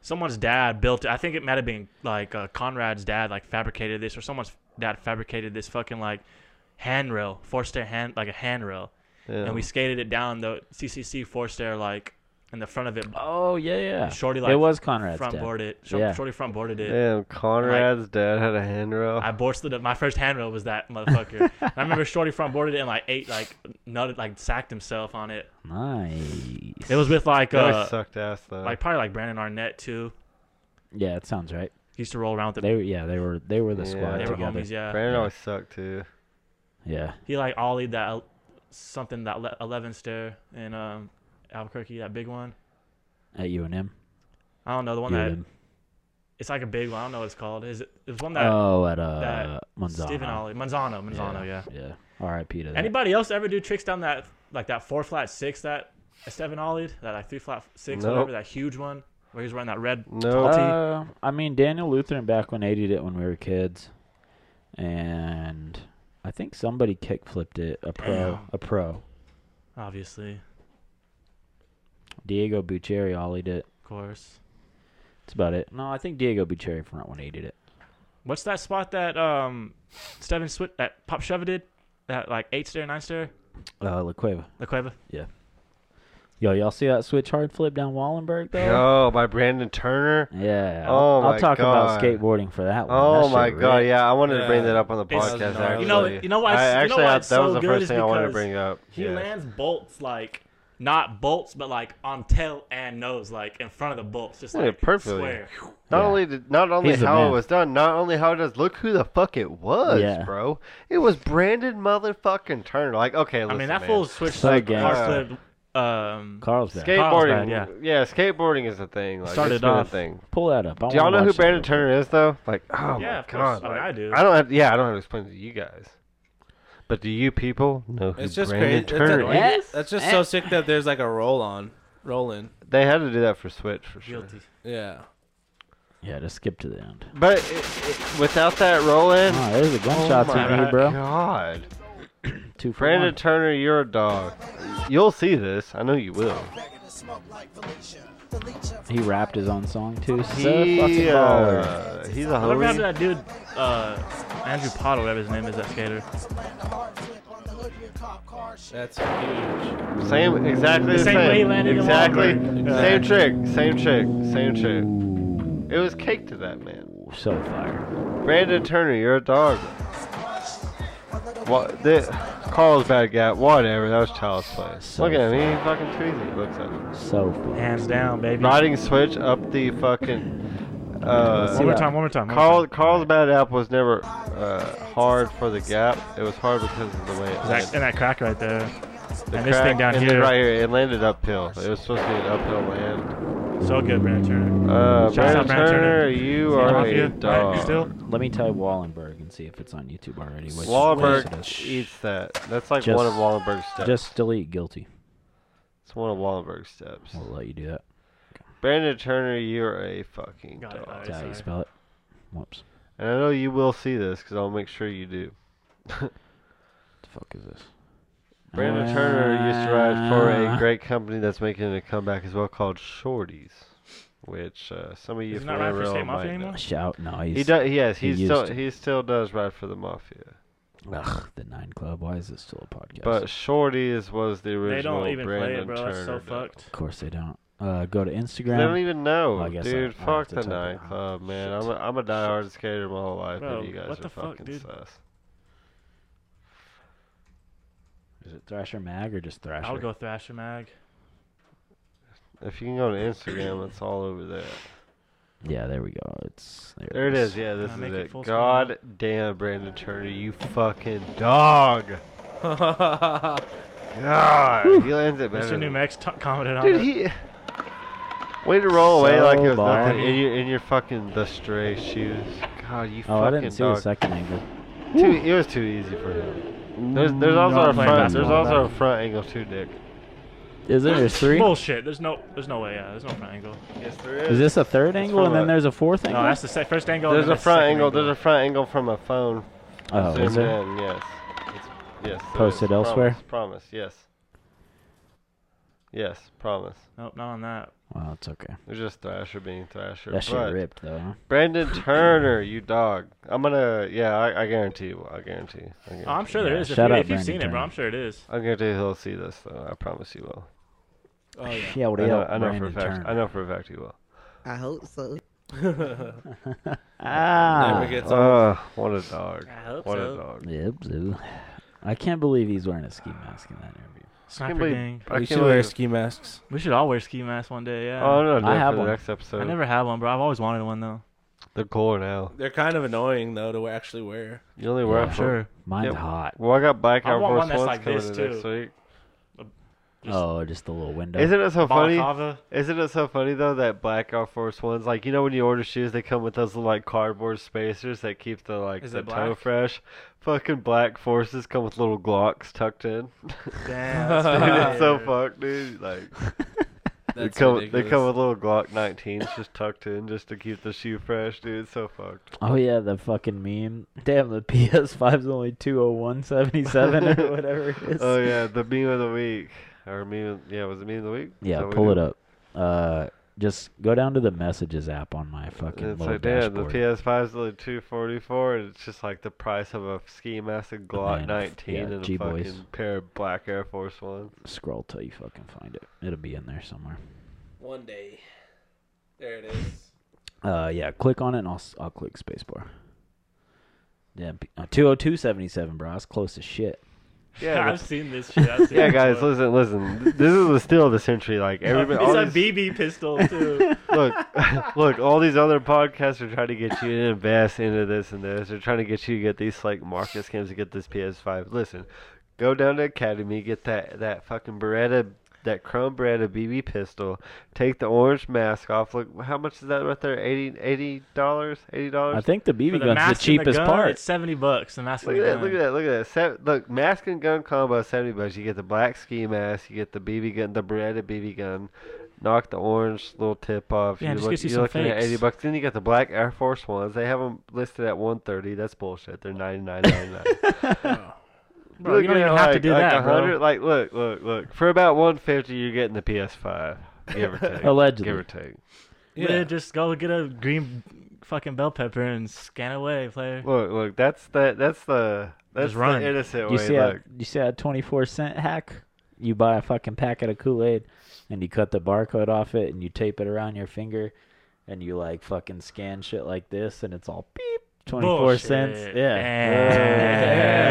B: someone's dad built it. I think it might have been like uh, Conrad's dad, like fabricated this, or someone's dad fabricated this fucking like handrail, four stair hand, like a handrail,
D: Yeah.
B: and we skated it down the CCC four stair, like in the front of it.
A: Oh yeah, yeah.
B: Shorty like
A: it was Conrad's
B: front
A: dad.
B: boarded it. Sh-
A: Yeah.
B: Shorty front boarded it.
D: Damn, Conrad's dad had a handrail.
B: I borsted it. My first handrail was that motherfucker. And I remember Shorty front boarded it and like ate like nutted like sacked himself on it.
A: Nice.
B: It was with like
D: that
B: uh
D: always sucked ass though.
B: like probably like Brandon Arnett too.
A: Yeah, it sounds right.
B: He used to roll around with the
A: They were yeah, they were they were the
D: Yeah.
A: squad
B: they
D: They
B: were
A: together.
B: homies, yeah.
D: Brandon
A: yeah.
D: always sucked too.
A: Yeah.
B: He like ollied that el- something that le- eleven stair in um Albuquerque, that big one.
A: At UNM.
B: I don't know the one that
A: UNM.
B: it's like a big one. I don't know what it's called. Is it? It was one that
A: Oh, at uh
B: that
A: Monzano.
B: Stephen ollie Manzano, Manzano, yeah.
A: Yeah. R.I.P. to that.
B: Anybody else ever do tricks down that like that four flat six that Stephen ollied that like three flat six
D: Nope.
B: whatever that huge one where he's wearing that red
D: No,
B: Salty.
A: Uh, I mean, Daniel Lutheran back when they did it when we were kids, and I think somebody kick flipped it. A pro,
B: Damn.
A: a pro.
B: obviously
A: Diego Bucheri ollied it.
B: of course
A: That's about it. No, I think Diego Bucheri front one eighty it.
B: what's that spot that um Steven Swit that Pop Sheva did that like eight stair nine stair
A: Uh, La Cueva.
B: La Cueva
A: Yo, y'all see that switch hard flip down Wallenberg though?
D: Yo, by Brandon Turner.
A: Yeah.
D: Oh
A: I'll, I'll
D: my
A: talk about
D: God.
A: skateboarding for that one.
D: Oh
A: That shit
D: my god,
A: ripped.
D: yeah, I wanted to bring
C: Yeah.
D: that up on the
B: It's-
D: podcast.
C: no,
D: actually,
C: you know-
B: you know why
D: I
B: it's- you know
D: actually
B: why
D: had-
B: it's
D: that
B: so
D: was the
B: good
D: first
B: is
D: thing I wanted to
B: because
D: bring up.
B: he
D: yeah.
B: lands bolts like not bolts but like on tail and nose like in front of the bolts just
D: Yeah,
B: like
D: perfectly.
B: square
D: Not
A: Yeah.
D: only did, not only
A: He's the
D: how it
A: man.
D: was done, not only how it does. Look who the fuck it was,
A: Yeah.
D: bro. It was Brandon motherfucking Turner. Like, okay,
B: I
D: listen,
B: mean that
D: man.
B: fool switched
A: So
B: like
A: gangsta.
B: hard flip um
A: Carlsbad.
B: Carlsbad,
D: skateboarding.
B: yeah.
D: yeah, skateboarding is a thing. Like,
B: Started
D: it's been a
B: off-
D: thing.
A: Pull that up. I
D: Do y'all
A: wanna
D: know who
A: watch that
D: Brandon
A: real
D: Turner is though? Like,
B: Yeah,
D: oh my
B: of course.
D: god,
B: I mean,
D: like,
B: I do.
D: I don't have. Yeah, I don't have to explain to you guys. But do you people know who
C: It's just
D: Brandon
C: crazy. That's,
D: Turner
C: annoying.
D: is?
A: Yeah.
C: That's just so sick that there's like a roll on, rolling.
D: They had to do that for Switch for sure.
B: guilty
C: Yeah.
A: quick. Yeah, just skip to the end.
D: But it, it, without that roll in,
A: Oh, there's a gunshot
D: my
A: to me, bro.
D: God,
A: Two for
D: Brandon
A: one.
D: Turner, you're a dog. You'll see this. I know you will.
A: He rapped his own song too. So fucking
D: He,
A: baller.
D: uh, he's a
B: whatever happened to
D: homie.
B: that dude uh Andrew Potter whatever his name is that skater
C: That's huge.
D: Same, exactly the,
B: same way he landed in
D: Exactly,
B: Walmart.
D: same trick, same trick, same trick. It was cake to that man.
A: So fire.
D: Brandon Turner, you're a dog. What the Carlsbad guy, whatever, that was child's play.
A: So
D: Look at him, he fucking crazy looks at him.
A: So fire.
B: hands down baby
D: Riding switch up the fucking
B: one more
D: uh
A: that.
B: time one more time one more
D: Carl
B: time.
D: Carlsbad app was never uh, hard for the gap. It was hard because of the way it
B: That-
D: landed.
B: and that crack right there
D: The
B: And this thing
D: crack-
B: down
D: and then
B: here.
D: Right here. It landed uphill. It was supposed to be an uphill land.
B: So good, Brandon Turner.
D: Uh,
B: Shouts
D: Brandon
B: out Brandon Turner.
D: Turner, you are
B: Mafia,
D: a
B: right,
D: dog.
B: Still,
A: Let me type Wallenberg and see if it's on YouTube already. Which
D: Wallenberg eats that. That's like
A: Just-
D: one of Wallenberg's steps.
A: Just delete guilty.
D: it's one of Wallenberg's steps.
A: We'll let you do that.
D: Brandon Turner, you're a fucking
B: Got it,
D: dog.
B: alright.
A: That's how you
B: sorry.
A: spell it. Whoops.
D: And I know you will see this because I'll make sure you do.
A: The fuck is this?
D: Brandon Turner used to ride for
A: Ah.
D: a great company that's making a comeback as well called Shorty's, which uh, some of you
B: Is he not
D: from
B: riding for
D: NRL
B: State Mafia
D: might
B: anymore?
D: know.
A: Shout! No, he's
D: He does. Yes,
A: he
D: he, still
A: used to.
D: he still does ride for the Mafia.
A: Ugh, the Nine Club. Why is this still a podcast?
D: But Shorty's was the original.
B: they don't even play
D: Brandon
B: it, bro.
D: Turner
B: That's so
D: dog.
B: fucked.
A: of course they don't. Uh, go to
D: They don't
A: Instagram.
D: even
A: Well, I
D: know,
A: guess I-
D: dude.
A: I have
D: fuck
A: to
D: the
A: type it
D: night
A: out.
D: club, man. I'm
A: Shit.
D: a, I'm a diehard skater my whole life,
B: Bro,
D: and you guys
B: what
D: are
B: the fuck,
D: fucking
B: dude?
D: sus.
A: Is it Thrasher Mag or just Thrasher?
B: I would go Thrasher Mag.
D: If you can go to Instagram, it's all over there.
A: Yeah, there we go. It's there.
D: There it is. Yeah, this
B: I
D: is
B: make
D: it.
B: it full screen?
D: God damn, Brandon Turner, you fucking dog. God, he lands it better.
B: Mr.
D: than-
B: New Mex t- commented on
D: Dude,
B: it.
D: he. Way to roll away like it was
A: So
D: nothing
A: long.
D: in your in your fucking the stray shoes. God, you
A: Oh, I
D: fucking
A: didn't see
D: dog.
A: the second angle.
D: Too, it was too easy for him. There's there's also
B: I'm
D: a
B: playing
D: front there's
B: basketball
D: also a front angle too, Dick.
A: Is there? There's three.
B: Bullshit. There's no. There's no way. Yeah. There's no front angle.
D: Yes, there
A: Is this a third angle and
D: from
A: then
D: a-
A: there's a fourth angle?
B: No, that's the se- first angle. and
D: There's
B: then
D: a
B: the
D: front
B: second
D: angle. There's a front angle from a phone.
A: oh,
D: zoomed
A: is there?
D: in, Yes. It's, yes. there
A: Posted
D: is.
A: elsewhere?
D: Promise, promise. Yes. Yes. Promise.
B: Nope, not on that.
A: Well, it's okay.
D: There's just Thrasher being Thrasher.
A: That shit
D: but
A: ripped though. Huh?
D: Brandon Turner, you dog. I'm gonna. Yeah, I, I guarantee you. I guarantee. you, I guarantee.
B: Oh, I'm sure
A: Yeah,
B: there is. If,
A: shout
B: you,
A: out
B: if you've
A: Brandon
B: seen it, bro,
A: Turner.
B: I'm sure it is.
D: I guarantee he'll see this though. I promise you will.
C: oh yeah.
A: Yeah, what
D: I know,
A: else?
D: I know for a
A: Brandon
D: fact.
A: Turner.
D: I know for a fact he will.
E: I hope so.
A: Ah.
C: Never gets old.
D: Uh, what a dog.
B: I hope
D: What a
B: so.
D: dog.
A: Yep, zoo. I can't believe he's wearing a ski mask in that interview.
D: can't
B: Sniper
D: believe-
B: gang.
D: I
C: We
D: can't
C: should wear
D: believe-
C: ski masks.
B: We should all wear ski masks one day. Yeah.
D: Oh no,
A: I
D: I
A: have
D: for the
A: one.
D: next episode.
B: I never had one, bro. I've always wanted one though.
D: They're cool now.
C: They're kind of annoying though to actually wear.
D: You only wear
A: Yeah,
D: it
B: I'm
D: for-
B: sure.
A: Mine's
D: Yep.
A: hot.
D: Well, I got black
B: I
D: Air
B: want
D: Force
B: one that's
D: Ones
B: like
D: coming
B: this,
D: in next
B: too.
D: week.
B: Just-
A: oh, just the little window.
D: Isn't it so funny?
B: Balaclava.
D: Isn't it so funny though that black Air Force Ones, like you know when you order shoes, they come with those little, like cardboard spacers that keep the like
B: Is
D: the
B: it
D: toe
B: black?
D: fresh. Fucking black forces come with little Glocks tucked in.
B: Damn.
D: dude,
B: that's
D: it's so
B: fire.
D: fucked, dude. Like they
C: That's
D: come, they come
C: ridiculous.
D: with little Glock 19s just tucked in just to keep the shoe fresh, dude. It's so fucked.
A: oh yeah, the fucking meme. Damn, the PS5's only two oh one seventy seven or whatever it is.
D: Oh yeah, the meme of the week or meme. Of, yeah, was it meme of the week? Is
A: yeah,
D: that what
A: pull
D: we
A: it
D: did?
A: up. Uh, just go down to the messages app on my fucking
D: It's
A: little
D: like, damn, the
A: dashboard.
D: PS5 is only 244 and it's just like the price of a ski mask, a Glock
A: man,
D: 19,
A: yeah,
D: and a
A: G-Boys.
D: fucking pair of black Air Force Ones.
A: Scroll till you fucking find it. It'll be in there somewhere.
C: One day. There it is.
A: Uh, yeah, click on it and I'll s- I'll click spacebar. Yeah, two oh two seventy seven, bro. That's close as shit.
D: Yeah,
B: I've
D: that's-
B: seen this shit. I've seen
D: yeah,
B: this
D: guys,
B: one.
D: listen, listen. Th- This is the steal of the century. Like everybody, all
B: it's a
D: these-
B: BB pistol too.
D: look, look. All these other podcasts are trying to get you to invest into this and this. They're trying to get you to get these like market scams to get this PS5. Listen, go down to Academy, get that that fucking Beretta, that chrome Beretta BB pistol. Take the orange mask off. Look, how much is that right there? 80 eighty dollars, eighty
A: I
D: dollars.
A: think the BB
B: For the
A: gun's
B: mask
A: the
B: and the
A: cheapest
B: gun,
A: part.
B: It's seventy bucks. The mask.
D: Look
B: and
D: at
B: the
D: that! Look at
B: gun.
D: that! Look at that! Se- look, mask and gun combo seventy bucks. You get the black ski mask, you get the BB gun, the Beretta BB gun, knock the orange little tip off.
B: Yeah,
D: you
B: just
D: look,
B: get you
D: you're
B: some
D: looking at
B: fakes.
D: eighty bucks. Then you got the black Air Force ones. They have them listed at one thirty. That's bullshit. They're ninety nine ninety nine.
B: Bro, you don't even have to do
D: like
B: that, bro.
D: 100 Like, look, look, look. For about one fifty, you're getting the PS five. Give or take.
A: Allegedly.
D: Give or take.
B: Yeah. just go get a green fucking bell pepper and scan away, player.
D: Look, look. That's the. That's the. That's
B: Just run.
D: the innocent
A: You
D: way.
A: see
D: look.
A: that? You see that twenty-four cent hack? You buy a fucking packet of Kool Aid, and you cut the barcode off it, and you tape it around your finger, and you like fucking scan shit like this, and it's all beep twenty-four cents.
B: Bullshit.
A: Yeah,
B: Damn.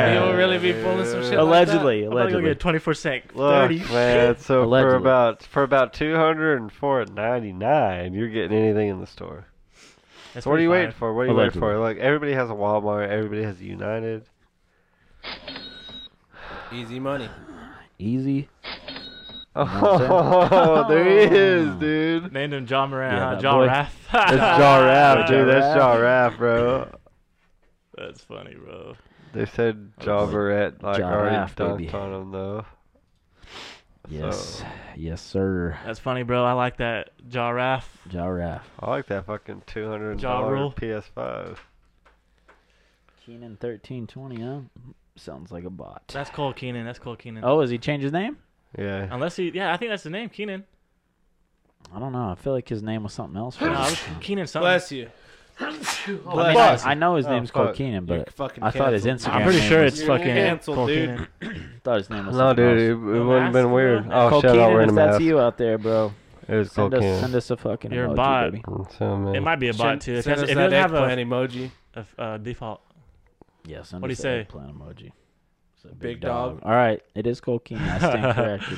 C: Damn, you'll really be pulling some shit.
A: allegedly,
B: I'm gonna go
A: allegedly.
B: get twenty-four cent,
D: Look,
B: thirty.
D: man. So for
A: Allegedly.
D: about for about two hundred and four ninety nine, you're getting anything in the store.
B: That's
D: So what are you
B: pretty
D: waiting
B: fire.
D: for? What are you
A: Allegedly.
D: waiting for? Like everybody has a Walmart, everybody has a United.
C: Like that. Easy money.
A: Easy.
D: Oh, there he is, dude.
B: Named him John Moran.
A: Yeah,
B: huh?
A: that
B: John
A: boy.
B: Raff.
D: That's Jaw Raff,
A: Ja
D: dude. That's Jaw
A: Raf.
D: Raff, bro.
B: That's funny, bro.
D: They said
A: That's
D: Jaw
A: like
D: Barrett like
A: Ja
D: already
A: Raf,
D: dunked
A: baby.
D: on him though.
A: Yes.
D: So,
A: Yes, sir.
B: That's funny, bro. I like that Jaw Raff.
A: Ja Raff.
D: I like that fucking two hundred
B: Ja
D: dollar
B: Rule.
D: PS5.
A: Keenan thirteen twenty, huh? Sounds like a bot.
B: That's Cole Keenan. That's Cole Keenan.
A: oh, has he changed his name?
D: Yeah.
B: Unless he, yeah, I think that's the name, Keenan.
A: I don't know. I feel like his name was something else. for
B: No, I
A: him.
B: was Keenan something.
C: Bless you.
A: I, mean,
D: Fuck.
A: I, I know his
D: Oh,
A: name's
D: fuck.
A: called Keenan,
C: You're
A: but
C: fucking
A: I thought his
C: canceled.
A: Instagram
B: I'm pretty
A: name
B: sure
A: was-
B: it's
C: You're
B: fucking
C: canceled,
B: Cole
C: dude.
B: Keenan.
A: thought his name was
D: No,
A: something
D: dude, it,
A: else.
D: it wouldn't have been
B: mask,
D: weird.
B: bro?
D: Oh
A: Cole
D: shit,
A: Keenan,
D: I'm wearing a
A: if that's
D: mask.
A: you out there, bro,
D: It was Cole
A: send us, send
D: Keenan.
A: us a fucking
B: You're a
A: emoji,
B: bot.
A: baby.
D: So, man.
B: It might be a bot
C: Send-
B: too. If, it
C: send
B: has, if
C: us
B: it
C: that
B: doesn't have
C: eggplant
B: a,
C: emoji.
B: a f- uh, default,
A: Yeah, send
B: What'd
A: us
B: he
A: an
B: say?
A: eggplant emoji. It's a big,
C: Big
A: dog.
C: dog.
A: All right, it is Cole Keenan. I stand corrected.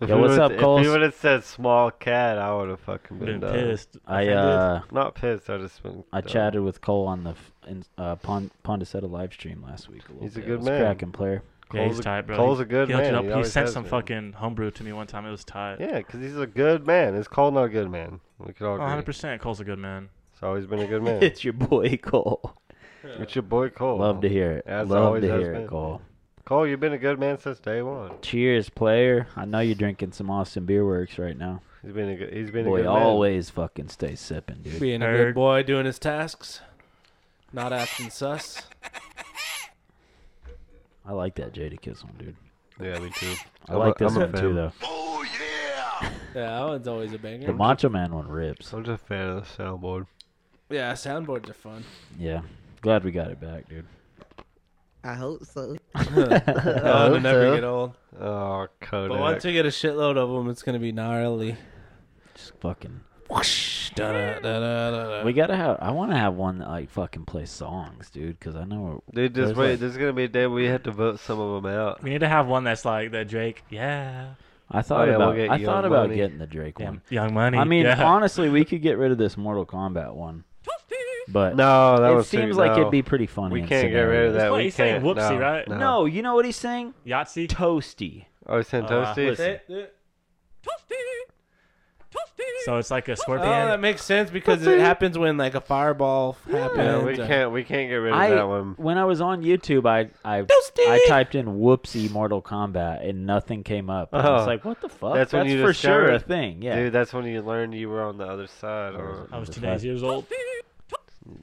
D: If
A: Yo,
D: he
A: what's
D: would've-
A: up,
D: If
A: Coles?
D: he would have said small cat, I would have fucking been,
B: been
D: done.
B: pissed.
A: I
B: Offended.
A: uh.
D: Not pissed. I just been.
A: I
D: done.
A: chatted with Cole on the f- in, uh, Pond Pondicetta live stream last week. A little
D: He's a
A: bit. It
D: good
A: was
D: man.
A: Cracking player.
B: Yeah, he's
D: Cole's a-
B: tight, bro.
D: Cole's
B: He-
D: a good
B: he hooked it
D: man.
B: up.
D: He
B: He,
D: always
B: sent
D: has
B: some
D: been.
B: fucking homebrew to me one time. It was tight.
D: Yeah, 'cause he's a good man. Is Cole not a good man? We could
B: Oh,
D: all agree.
B: 100%. Cole's a good man.
D: He's always been a good man.
A: it's your boy Cole.
D: it's your boy Cole.
A: Love to hear it.
D: As
A: Love
D: always
A: to
D: has
A: hear
D: been.
A: it, Cole.
D: Cole, you've been a good man since day one.
A: Cheers, player. I know you're drinking some Austin Beer Works right now.
D: He's been a good. He's been a
A: Boy,
D: good
A: always fucking stay sipping, dude.
C: Being a
B: Erg.
C: good boy, doing his tasks, not acting sus.
A: I like that Jada Kiss one, dude.
D: man. Yeah, me too.
A: I
D: I'm a-
A: like this
D: I'm a
A: one too,
D: fan.
A: though.
C: Yeah, that one's always a
A: The
C: banger.
A: Macho Man one rips.
D: I'm just a fan of the soundboard.
C: Yeah, soundboards are fun.
A: Yeah, glad we got it back, dude.
E: I hope so.
C: Oh, they never
D: so.
C: get old.
D: Oh, Kodak.
C: But once we get a shitload of them, it's gonna be gnarly.
A: Just fucking.
C: Whoosh, da-da, da-da, da-da.
D: Uh,
A: We gotta have. I want to have one that like fucking play songs, dude, because I know.
D: Dude,
A: There's
D: just wait.
A: like-
D: There's gonna be a day we have to vote some of them out.
B: We need to have one that's like the Drake. Yeah.
A: I thought
D: Oh, yeah, we'll
A: about.
D: get
A: I
D: Young
A: thought about
D: Money.
A: getting the Drake
B: yeah
A: one.
B: young Money.
A: I mean,
B: yeah.
A: honestly, we could get rid of this Mortal Kombat one, but
D: No, that
A: it
D: was too-
A: seems like
D: no.
A: it'd be pretty funny.
D: We
A: in
D: can't get rid of
A: scenarios.
D: that.
B: what
D: we
B: he's saying,
D: can't.
B: whoopsie,
D: no,
B: right?
D: No.
A: No, you know what he's saying?
B: Yahtzee.
A: Toasty.
D: Oh,
A: Uh,
D: he's saying
B: Oh, wow.
C: Ah,
D: toasty.
B: Listen. So it's like a
C: Oh,
B: scorpion.
C: that makes sense because it happens when like a fireball happens.
D: yeah, we
C: or-
D: can't. We can't get rid of
A: I
D: that one.
A: when I was on YouTube, I I, I typed in "whoopsie Mortal Kombat" and nothing came up. I was
D: Oh.
A: like, "What the fuck?"
D: That's when you
A: for sure a
D: discovered-
A: thing. Yeah,
D: Dude, that's when you learned you were on the other side. Or
B: I was
A: That's
B: today's
A: right.
B: years old.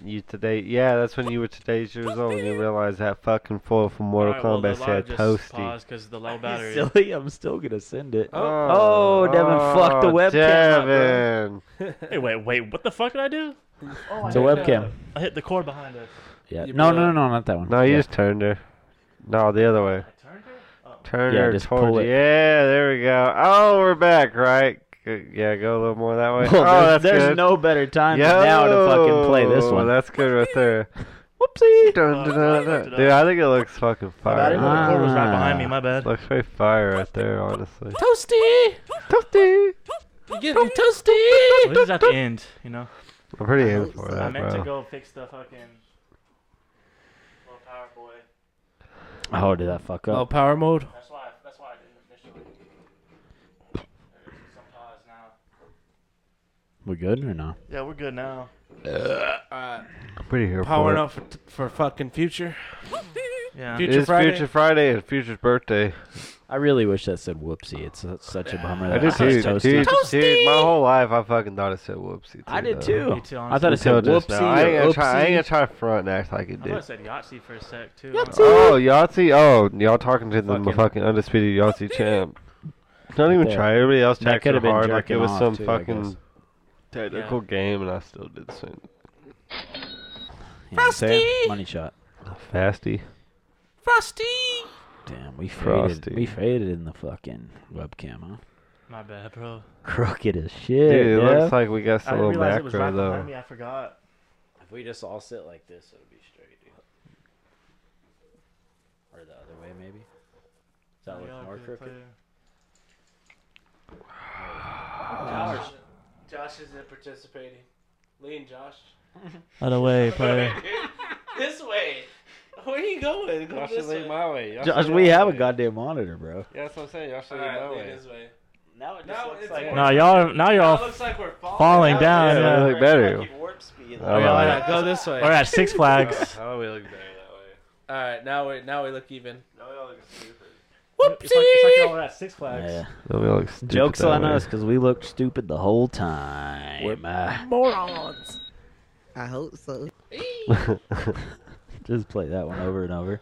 D: you today, yeah, that's when you were today's years old and you realized that fucking foil from Mortal
B: Alright, well, the
D: Kombat
B: live
D: said
B: just
D: toasty.
B: paused 'cause the low
A: You're
B: battery.
A: silly. I'm still gonna send it. Oh,
D: Oh,
A: Devin fucked the
D: oh,
A: webcam up, bro.
D: Devin.
B: Hey, wait, wait. What the fuck did I do?
A: it's a webcam.
B: I hit the cord behind us.
A: Yeah.
C: You
A: No,
C: put
A: no,
C: a-
A: no, no, not that one.
D: No, you
A: yeah.
D: just turned her. No, the other way.
B: I turned her? Oh.
D: Turn
A: Yeah,
D: her
A: just
D: towards
A: pull
D: you.
A: it.
D: Yeah, there we go. Oh, we're back, right? Good. Yeah, go a little more that way.
A: Well,
D: oh,
A: there's
D: that's
A: there's
D: good.
A: no better time than now to fucking play this
D: Yo,
A: one.
D: That's good right there.
A: Whoopsie.
D: Dun, dun, dun, dun.
B: it up.
D: Dude, I think it looks fucking
B: I
D: fire.
B: didn't know the cord was right
A: Ah.
B: behind me. My bad.
D: Looks very fire right there, honestly.
C: Toasty,
D: Toasty.
C: you getting toasty?
B: This is at the end, you know.
D: I'm pretty in for
B: I
E: I
D: that,
B: meant to
D: bro.
B: go fix the fucking little power boy.
A: Oh, did that fuck
C: Oh,
A: up?
C: power mode.
B: That's why. That's why I didn't initially. There's some pause now.
A: We good or no?
B: Yeah, we're good now.
D: I'm pretty here
C: Powering
D: for
C: up for, for fucking future.
B: Yeah.
D: it.
C: Future
D: It is
C: Friday.
D: Future Friday and Future's birthday.
A: I really wish that said whoopsie. It's su- such a bummer
D: I
A: that
D: did
A: it says
D: too.
A: toasty.
D: Dude, dude, my whole life I fucking thought it said whoopsie. Too,
A: I did
D: though.
A: too.
B: Me too,
A: I thought it
D: Until
A: said
D: just
A: whoopsie
D: now. I ain't,
A: or
D: gonna try, I ain't gonna
A: oopsie.
D: try to front and act like it
B: I thought I
D: did.
B: said Yahtzee for a sec too.
D: Oh, Yahtzee. Oh, y'all talking to the
B: Fucking-
D: fucking undisputed Yahtzee champ. Don't even
A: There.
D: try. Everybody else
A: That
D: tacked
A: could
D: it
A: have been
D: hard like it
A: jerking
D: was
A: off,
D: some
A: too, I guess.
D: fucking technical game, and I still did the same.
A: Yeah, Sam, money shot.
D: Fasty.
C: Frosty.
A: Damn, we
D: Frosty.
A: faded. We faded in the fucking webcam, huh?
B: Oh, My bad, bro.
A: Crooked as shit.
D: Dude, it
A: yeah.
D: looks like we got
B: I
D: some
B: didn't
D: little
B: realize it was right
D: macro
B: behind me.
D: though.
B: I forgot.
A: if we just all sit like this, it'll be straight, dude. Or the other way, maybe. Does that look more crooked?
C: Josh. Josh isn't participating. Lean, Josh.
B: Other way, player.
C: This way. Where are you going? Go
D: Y'all
C: this
D: should
C: way.
D: leave my way. Y'all
A: Josh,
D: should
A: we
D: leave my
A: have a
D: way.
A: goddamn monitor, bro.
D: Yeah, that's what I'm saying. Y'all should
C: All
D: leave my
C: right, lead
D: way.
C: this way.
A: Now it
C: just No, looks it's like-
B: No, y'all, now
C: Now it
B: y'all,
C: looks like we're falling.
B: falling
C: out.
B: down.
D: Yeah,
B: yeah.
D: we look better.
B: Oh,
D: I
B: yeah,
D: love
B: yeah.
D: it.
C: Go this way.
B: We're at Six Flags.
D: How do we look better that
C: All
D: way?
C: right, now we now we look even.
D: Now we all look stupid.
C: Whoopsie!
B: It's like, it's like y'all were at Six Flags.
A: Yeah.
D: Now we all look stupid
A: Jokes
D: that
A: on
D: way.
A: us because we looked stupid the whole time. Ah,
C: Morons.
E: I hope so.
A: just play that one over and over.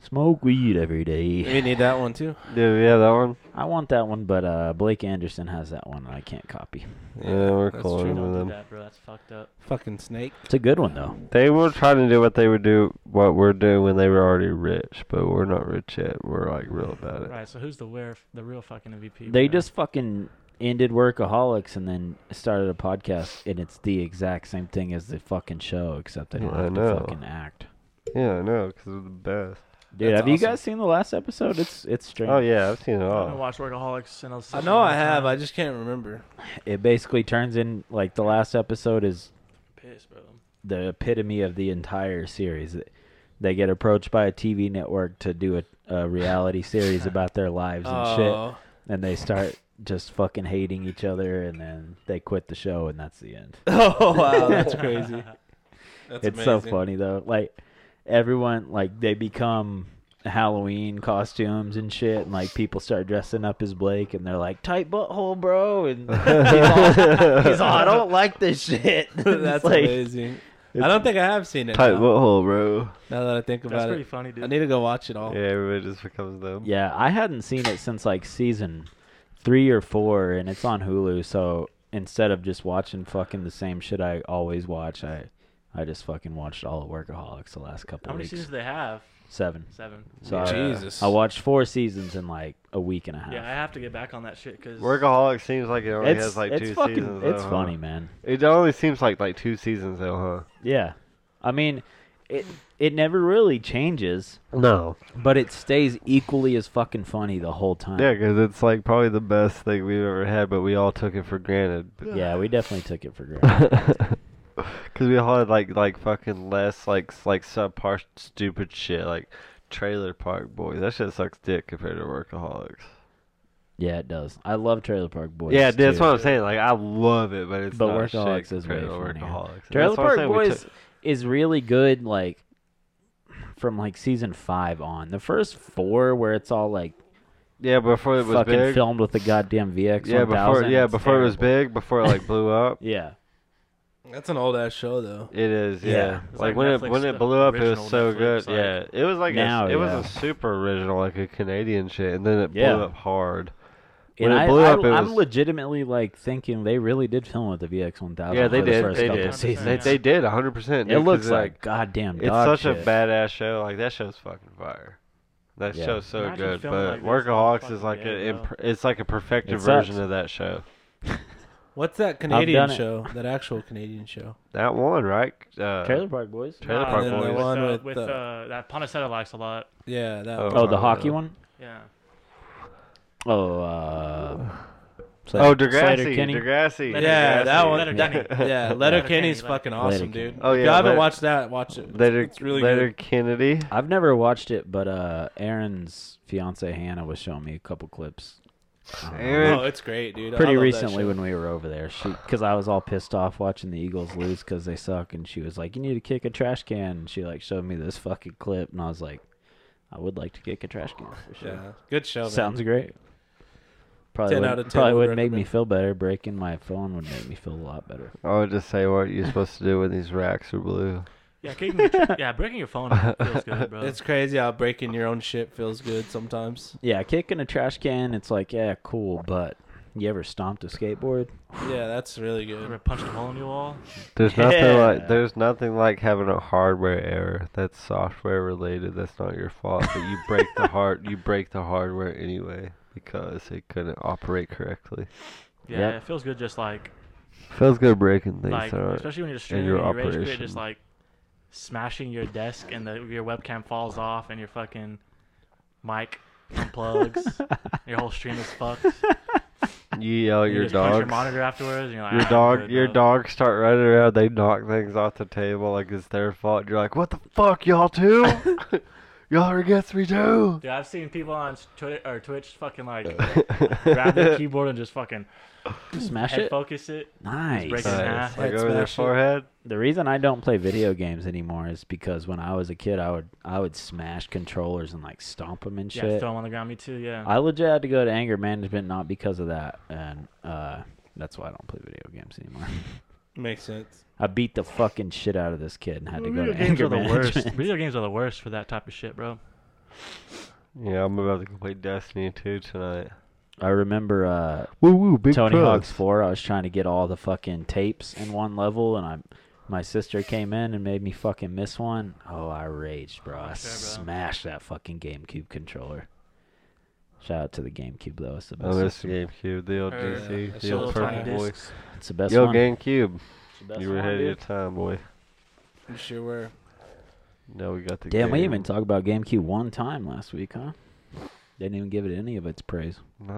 A: Smoke weed every day.
C: We need that one too.
D: Yeah, yeah, that one.
A: I want that one, but uh, Blake Anderson has that one, and I can't copy.
D: Yeah, we're
C: that's
D: cool
C: true.
D: with
B: Don't do
D: them.
B: that, bro. That's fucked up.
C: Fucking snake.
A: It's a good one though.
D: They were trying to do what they would do, what we're doing when they were already rich, but we're not rich yet. We're like real about it.
B: Right. So who's the where the real fucking MVP?
A: They
B: bro?
A: just fucking ended workaholics and then started a podcast, and it's the exact same thing as the fucking show, except they don't
D: Yeah, I
A: have
D: know.
A: to fucking act.
D: Yeah, I know, because we're the best.
A: Dude,
C: That's
A: have you
C: awesome.
A: guys seen the last episode? It's it's strange.
D: Oh yeah, I've seen
B: I
D: it
B: haven't
D: all.
B: watched Workaholics in a
C: I know I have. I just can't remember.
A: It basically turns in like the last episode is
B: pissed, bro.
A: the epitome of the entire series. They get approached by a TV network to do a, a reality series about their lives and shit,
C: Oh,
A: and they start just fucking hating each other, and then they quit the show, and that's the end.
C: oh wow, that's crazy. That's
A: it's so
C: amazing.
A: funny though. Like everyone, like they become Halloween costumes and shit, and like people start dressing up as Blake, and they're like tight butthole, bro, and he's all, he's all, I don't like this shit. It's
C: That's
A: like-
C: amazing. I don't think I have seen it.
D: Tight
C: now,
D: butthole, bro.
C: now that I think
B: That's
C: about
B: pretty
C: it,
B: funny, dude.
C: I need to go watch it all.
D: Yeah, everybody just becomes
A: Oh.
D: them.
A: Yeah, I hadn't seen it since like season three or four, and it's on Hulu. So instead of just watching fucking the same shit I always watch, I I just fucking watched all of Workaholics the last
B: How
A: couple
B: many
A: weeks.
B: seasons do they have?
A: Seven.
B: Seven.
A: So I-
C: Jesus.
A: I, watched four seasons in like a week and a half.
B: Yeah, I have to get back on that shit because
D: Workaholic seems like it only
A: it's
D: has like
A: it's
D: two
A: fucking
D: seasons. uh-huh.
A: it's
D: though,
A: funny,
D: huh?
A: man.
D: It only seems like like two seasons though,
A: Yeah, I mean, it it never really changes,
D: huh? No.
A: but it stays equally as fucking funny the whole time.
D: Yeah, because it's like probably the best thing we've ever had, but we all took it for granted.
A: Yeah, we definitely took it for granted.
D: Because we all had like like fucking less like s- like subpar stupid shit like Trailer Park Boys. That shit sucks dick compared to Workaholics.
A: Yeah, it does. I love Trailer Park Boys.
D: yeah, that's
A: too.
D: what I'm saying. Like I love it, but it's
A: But
D: not
A: Workaholics
D: shit
A: is way
D: compared to
A: funnier.
D: Workaholics. And
A: Trailer
D: that's what I'm
A: Park
D: saying, we
A: Boys is really good, like from like season five on. The first four, where it's all like
D: yeah, before it was
A: fucking
D: big.
A: filmed with the goddamn VX.
D: yeah, before
A: 1000,
D: yeah,
A: it's
D: before it was
A: terrible.
D: big, before it like blew up.
A: Yeah,
C: That's an old ass show though.
D: It is, yeah.
A: Yeah.
B: It's
D: Like,
B: like
D: when
B: Netflix
D: it when
B: stuff,
D: it blew up, it
B: original
D: was so
B: Netflix,
D: good.
B: like-
D: yeah, it was like
A: Now,
D: a, it
A: yeah.
D: was a super original, like a Canadian shit, and then it
A: Yeah.
D: blew up hard.
A: and
D: When it
A: I,
D: blew
A: I,
D: up, it
A: I'm
D: was-
A: legitimately like thinking they really did film with the VX 1000.
D: yeah, they
A: for the
D: did,
A: first
D: they
A: couple
D: did,
A: seasons.
D: they, they did, hundred percent.
A: it looks like goddamn.
D: it's
A: dog
D: such a
A: shit.
D: badass show. Like that show's fucking fire. That
A: Yeah.
D: show's so
B: Imagine
D: good,
B: filming
D: but
B: like this on
D: Workaholics
B: fucking
D: is like
B: day,
D: a,
B: bro.
D: imp- it's like a perfected
A: It sucks.
D: version of that show.
C: What's that
A: done
C: Canadian
A: it.
C: show? That actual Canadian show?
D: That one, right? Uh,
A: Trailer Park Boys.
D: Trailer
B: Nah,
D: Park
B: the
D: Boys.
B: With,
C: One
B: uh,
C: with
B: with,
C: the-
B: uh, that Ponticetta likes a lot.
C: Yeah, that.
D: Oh.
C: one.
A: Oh, the
D: Oh,
A: hockey
D: yeah.
A: one.
B: Yeah.
A: Oh, uh,
D: oh,
A: Slater-
D: Degrassi,
A: Kenny.
D: Degrassi.
C: Yeah, that
B: Letter-
C: one.
B: Letterkenny.
C: Yeah,
B: Letterkenny,
C: Letterkenny's fucking awesome,
A: Letterkenny.
C: dude.
D: Oh,
C: If
D: yeah,
C: you haven't
D: Letter-
C: watched that, watch it. It's,
D: Letter,
C: it's really
D: Letter
C: good.
D: Kennedy.
A: I've never watched it, but uh, Aaron's fiance Hannah was showing me a couple clips. Um,
D: Aaron-
C: Oh, it's great, dude. I
A: pretty
C: love that
A: recently
C: show.
A: when we were over there, she because I was all pissed off watching the Eagles lose because they suck, and she was like, "You need to kick a trash can." And she like showed me this fucking clip, and I was like, "I would like to kick a trash can for sure."
C: Yeah, good show. man.
A: Sounds great. Probably
C: 10
A: would,
C: out of 10
A: probably
C: would
A: would make me
C: recommend.
A: feel better. Breaking my phone would make me feel a lot better.
D: I would just say what you're supposed to do when these racks are blue.
B: Yeah, kicking your, yeah, breaking your phone feels good, bro.
C: It's crazy how breaking your own shit feels good sometimes.
A: Yeah, kicking a trash can, it's like yeah, cool, but you ever stomped a skateboard?
C: Yeah, that's really
B: You ever
C: good.
B: punched a hole in your wall?
D: There's nothing
A: Yeah.
D: like there's nothing like having a hardware error that's software related. That's not your fault, but you break the hard you break the hardware anyway because it couldn't operate correctly.
B: Yeah,
A: Yep.
B: it feels good just like
D: Feels good breaking things,
B: like
D: alright.
B: especially when you're streaming
D: your
B: and you rage quit, just
D: operation.
B: like smashing your desk and the, your webcam falls off and your fucking mic unplugs. your whole stream is fucked.
D: you yell
B: you
D: your
B: just punch your
D: dog.
B: monitor afterwards, and you're like,
D: Your
B: "Ah,
D: dog,
B: good,
D: your
B: bro."
D: dog start running around. They knock things off the table like it's their fault. You're like, what the fuck, y'all too? y'all are against me too.
B: Dude, I've seen people on Twitter or Twitch fucking like
D: Uh.
B: grab their keyboard and just fucking
A: Smash
B: head
A: it.
B: focus it.
A: Nice.
B: break it in half.
D: Nice. Like
A: Head
D: over their
A: smash it.
D: forehead.
A: The reason I don't play video games anymore is because when I was a kid, I would I would smash controllers and like stomp them and
B: Yeah,
A: shit.
B: throw them on the ground. Me too. Yeah.
A: I legit had to go to anger management not because of that, and uh, that's why I don't play video games anymore.
C: Makes sense.
A: I beat the fucking shit out of this kid and had to go
D: Video
A: to
D: games
A: anger
D: are the worst.
A: management.
B: Video games are the worst for that type of shit, bro.
D: Yeah, I'm about to go play Destiny 2 tonight.
A: I remember uh,
D: Woo woo, big
A: Tony
D: pros.
A: Hawk's floor. I was trying to get all the fucking tapes in one level, and I, my sister came in and made me fucking miss one. Oh, I raged, bro. I
B: Okay, bro.
A: smashed that fucking GameCube controller. Shout out to the GameCube though. It's the
D: I
A: best.
D: miss
A: system.
D: GameCube, Oh, the old
C: Uh,
D: DC,
C: it's
D: the
C: a
D: old
C: little tiny
D: purple boy.
B: discs.
A: It's the best
D: Yo,
A: one.
D: GameCube,
A: It's the best
D: you were
A: one,
D: ahead of
A: dude.
D: your time, boy.
C: You sure were.
D: Now we got the
A: Damn, we
D: game.
A: didn't even talked about GameCube one time last week, huh? Didn't even give it any of its praise.
D: No,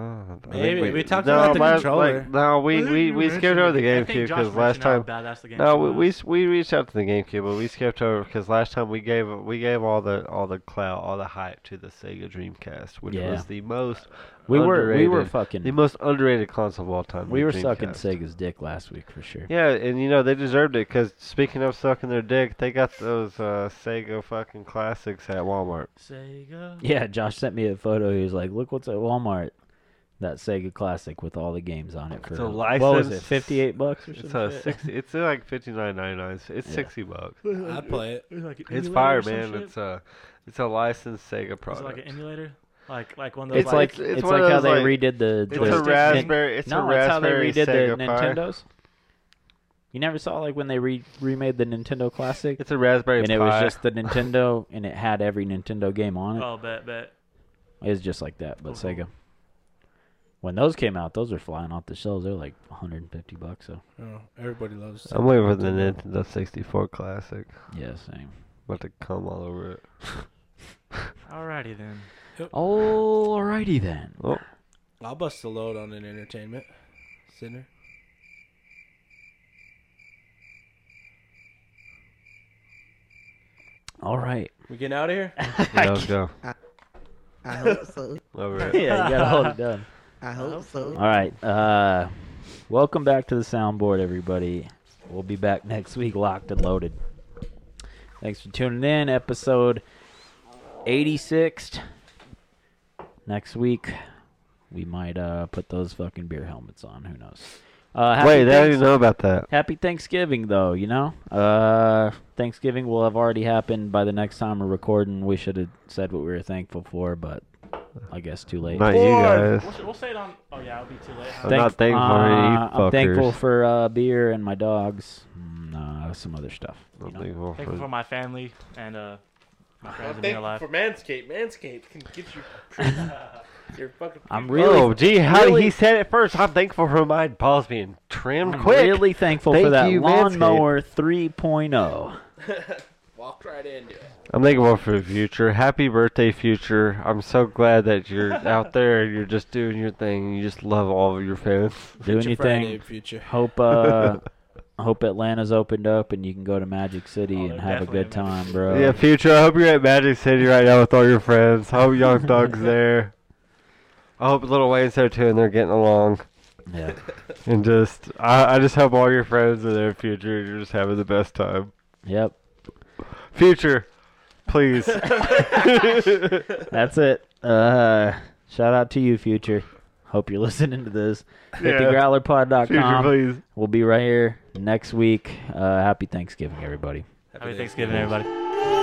D: I
C: Maybe-
D: think
C: we talked about the
D: last-
C: controller.
D: Like, no, we, we, we skipped over the
B: I think
D: GameCube
B: Josh
D: because
B: mentioned
D: last
B: how
D: time
B: bad that's the game
D: No, we,
B: was.
D: we s- we reached out to the GameCube, but we skipped over because last time we gave we gave all the all the clout, all the hype to the Sega Dreamcast, which
A: Yeah.
D: was the most
A: We were we were
D: Underrated. the
A: fucking
D: most underrated console of all time.
A: we
D: the
A: were sucking
D: Dreamcast.
A: Sega's dick last week for sure.
D: Yeah, and you know they deserved it because speaking of sucking their dick, they got those uh, Sega fucking classics at Walmart.
B: Sega.
A: Yeah, Josh sent me a photo. He was like, "Look what's at Walmart." That Sega Classic with all the games on it for
D: It's a
A: what was it,
D: license.
A: fifty-eight bucks or
D: It's
A: some
D: uh,
A: shit?
D: sixty. It's uh, like fifty nine ninety nine. It's
A: Yeah.
D: sixty bucks.
C: I'd play it.
B: It was like an
D: It's
B: emulator
D: fire,
B: or some
D: man.
B: shit?
D: It's a it's a licensed Sega
B: Is it
D: product.
B: like an emulator, like like one of those.
A: It's like it's,
D: it's one
A: like
D: of
A: how
D: those,
A: they
D: like-
A: redid the.
D: It's
A: the
D: a
B: Joystick.
D: raspberry. It's
A: no,
D: a
A: it's how they
D: raspberry
A: redid
D: Sega
A: the
D: Pi.
A: Nintendos. You never saw like when they re- remade the Nintendo Classic,
D: It's a raspberry
A: and
D: Pi.
A: it was just the Nintendo, and it had every Nintendo game on it.
B: oh, bet bet.
A: It was just like that, but
D: Uh-huh.
B: Cool, cool.
A: Sega. When those came out, those were flying off the shelves. They're like 150 bucks. So
C: Oh, everybody loves.
D: I'm waiting for the Nintendo 64 Classic.
A: yeah, same.
D: About to come all over it.
B: Alrighty then.
A: Alrighty then.
D: Oh,
C: I'll bust a load on an entertainment center.
A: All right.
C: We getting out of here?
D: yeah, let's go.
E: I hope so.
D: Over it.
A: yeah, you gotta hold it down.
E: I hope so.
A: All right. Uh, welcome back to the soundboard, everybody. We'll be back next week, locked and loaded. Thanks for tuning in. Episode 86. Next week, we might uh, put those fucking beer helmets on. Who knows? Uh, happy
D: Wait, they
A: Thanks-
D: don't even know about that.
A: Happy Thanksgiving, though, you know? Uh, Thanksgiving will have already happened by the next time we're recording. We should have said what we were thankful for, but I guess too late.
D: Not you guys.
B: We'll, we'll say it on. Oh yeah, it'll be too late.
D: I'm not thankful for you
A: uh, I'm thankful
D: fuckers.
A: for uh, beer and my dogs, and, uh, some other stuff. you
D: I'm
A: know?
D: thankful
B: Thankful for
D: for
B: my family and uh, my friends in real life.
C: Manscaped. Manscaped can get you your fucking.
A: I'm really,
D: Oh, gee, how
A: really-
D: he said it first. I'm thankful for my balls being trimmed
A: I'm
D: quick.
A: really thankful for
D: Thank
A: that
D: you, Manscaped.
A: lawnmower oh. 3.0.
C: Walked right into it.
D: I'm thankful for the future. Happy birthday, future. I'm so glad that you're out there and you're just doing your thing. and You just love all of your fans.
A: Do
C: Future Friday,
A: anything.
C: future.
A: Hope uh, hope Atlanta's opened up and you can go to Magic City
B: Oh,
A: and
B: they're
A: have a
B: definitely
A: good
B: in Magic
A: time,
B: City.
A: bro.
D: yeah, future. I hope you're at Magic City right now with all your friends. I hope Young Thug's there. I hope Little Wayne's there too, and they're getting along.
A: yeah.
D: And just, I, I just hope all your friends are there, future. And you're just having the best time.
A: Yep.
D: Future, please.
A: That's it. Uh, shout out to you, Future. Hope you're listening to this. Hit
D: Yeah. future,
A: thegrowlerpod.com.
D: please.
A: We'll be right here next week. Uh, happy Thanksgiving, everybody.
B: Happy Thanksgiving, everybody.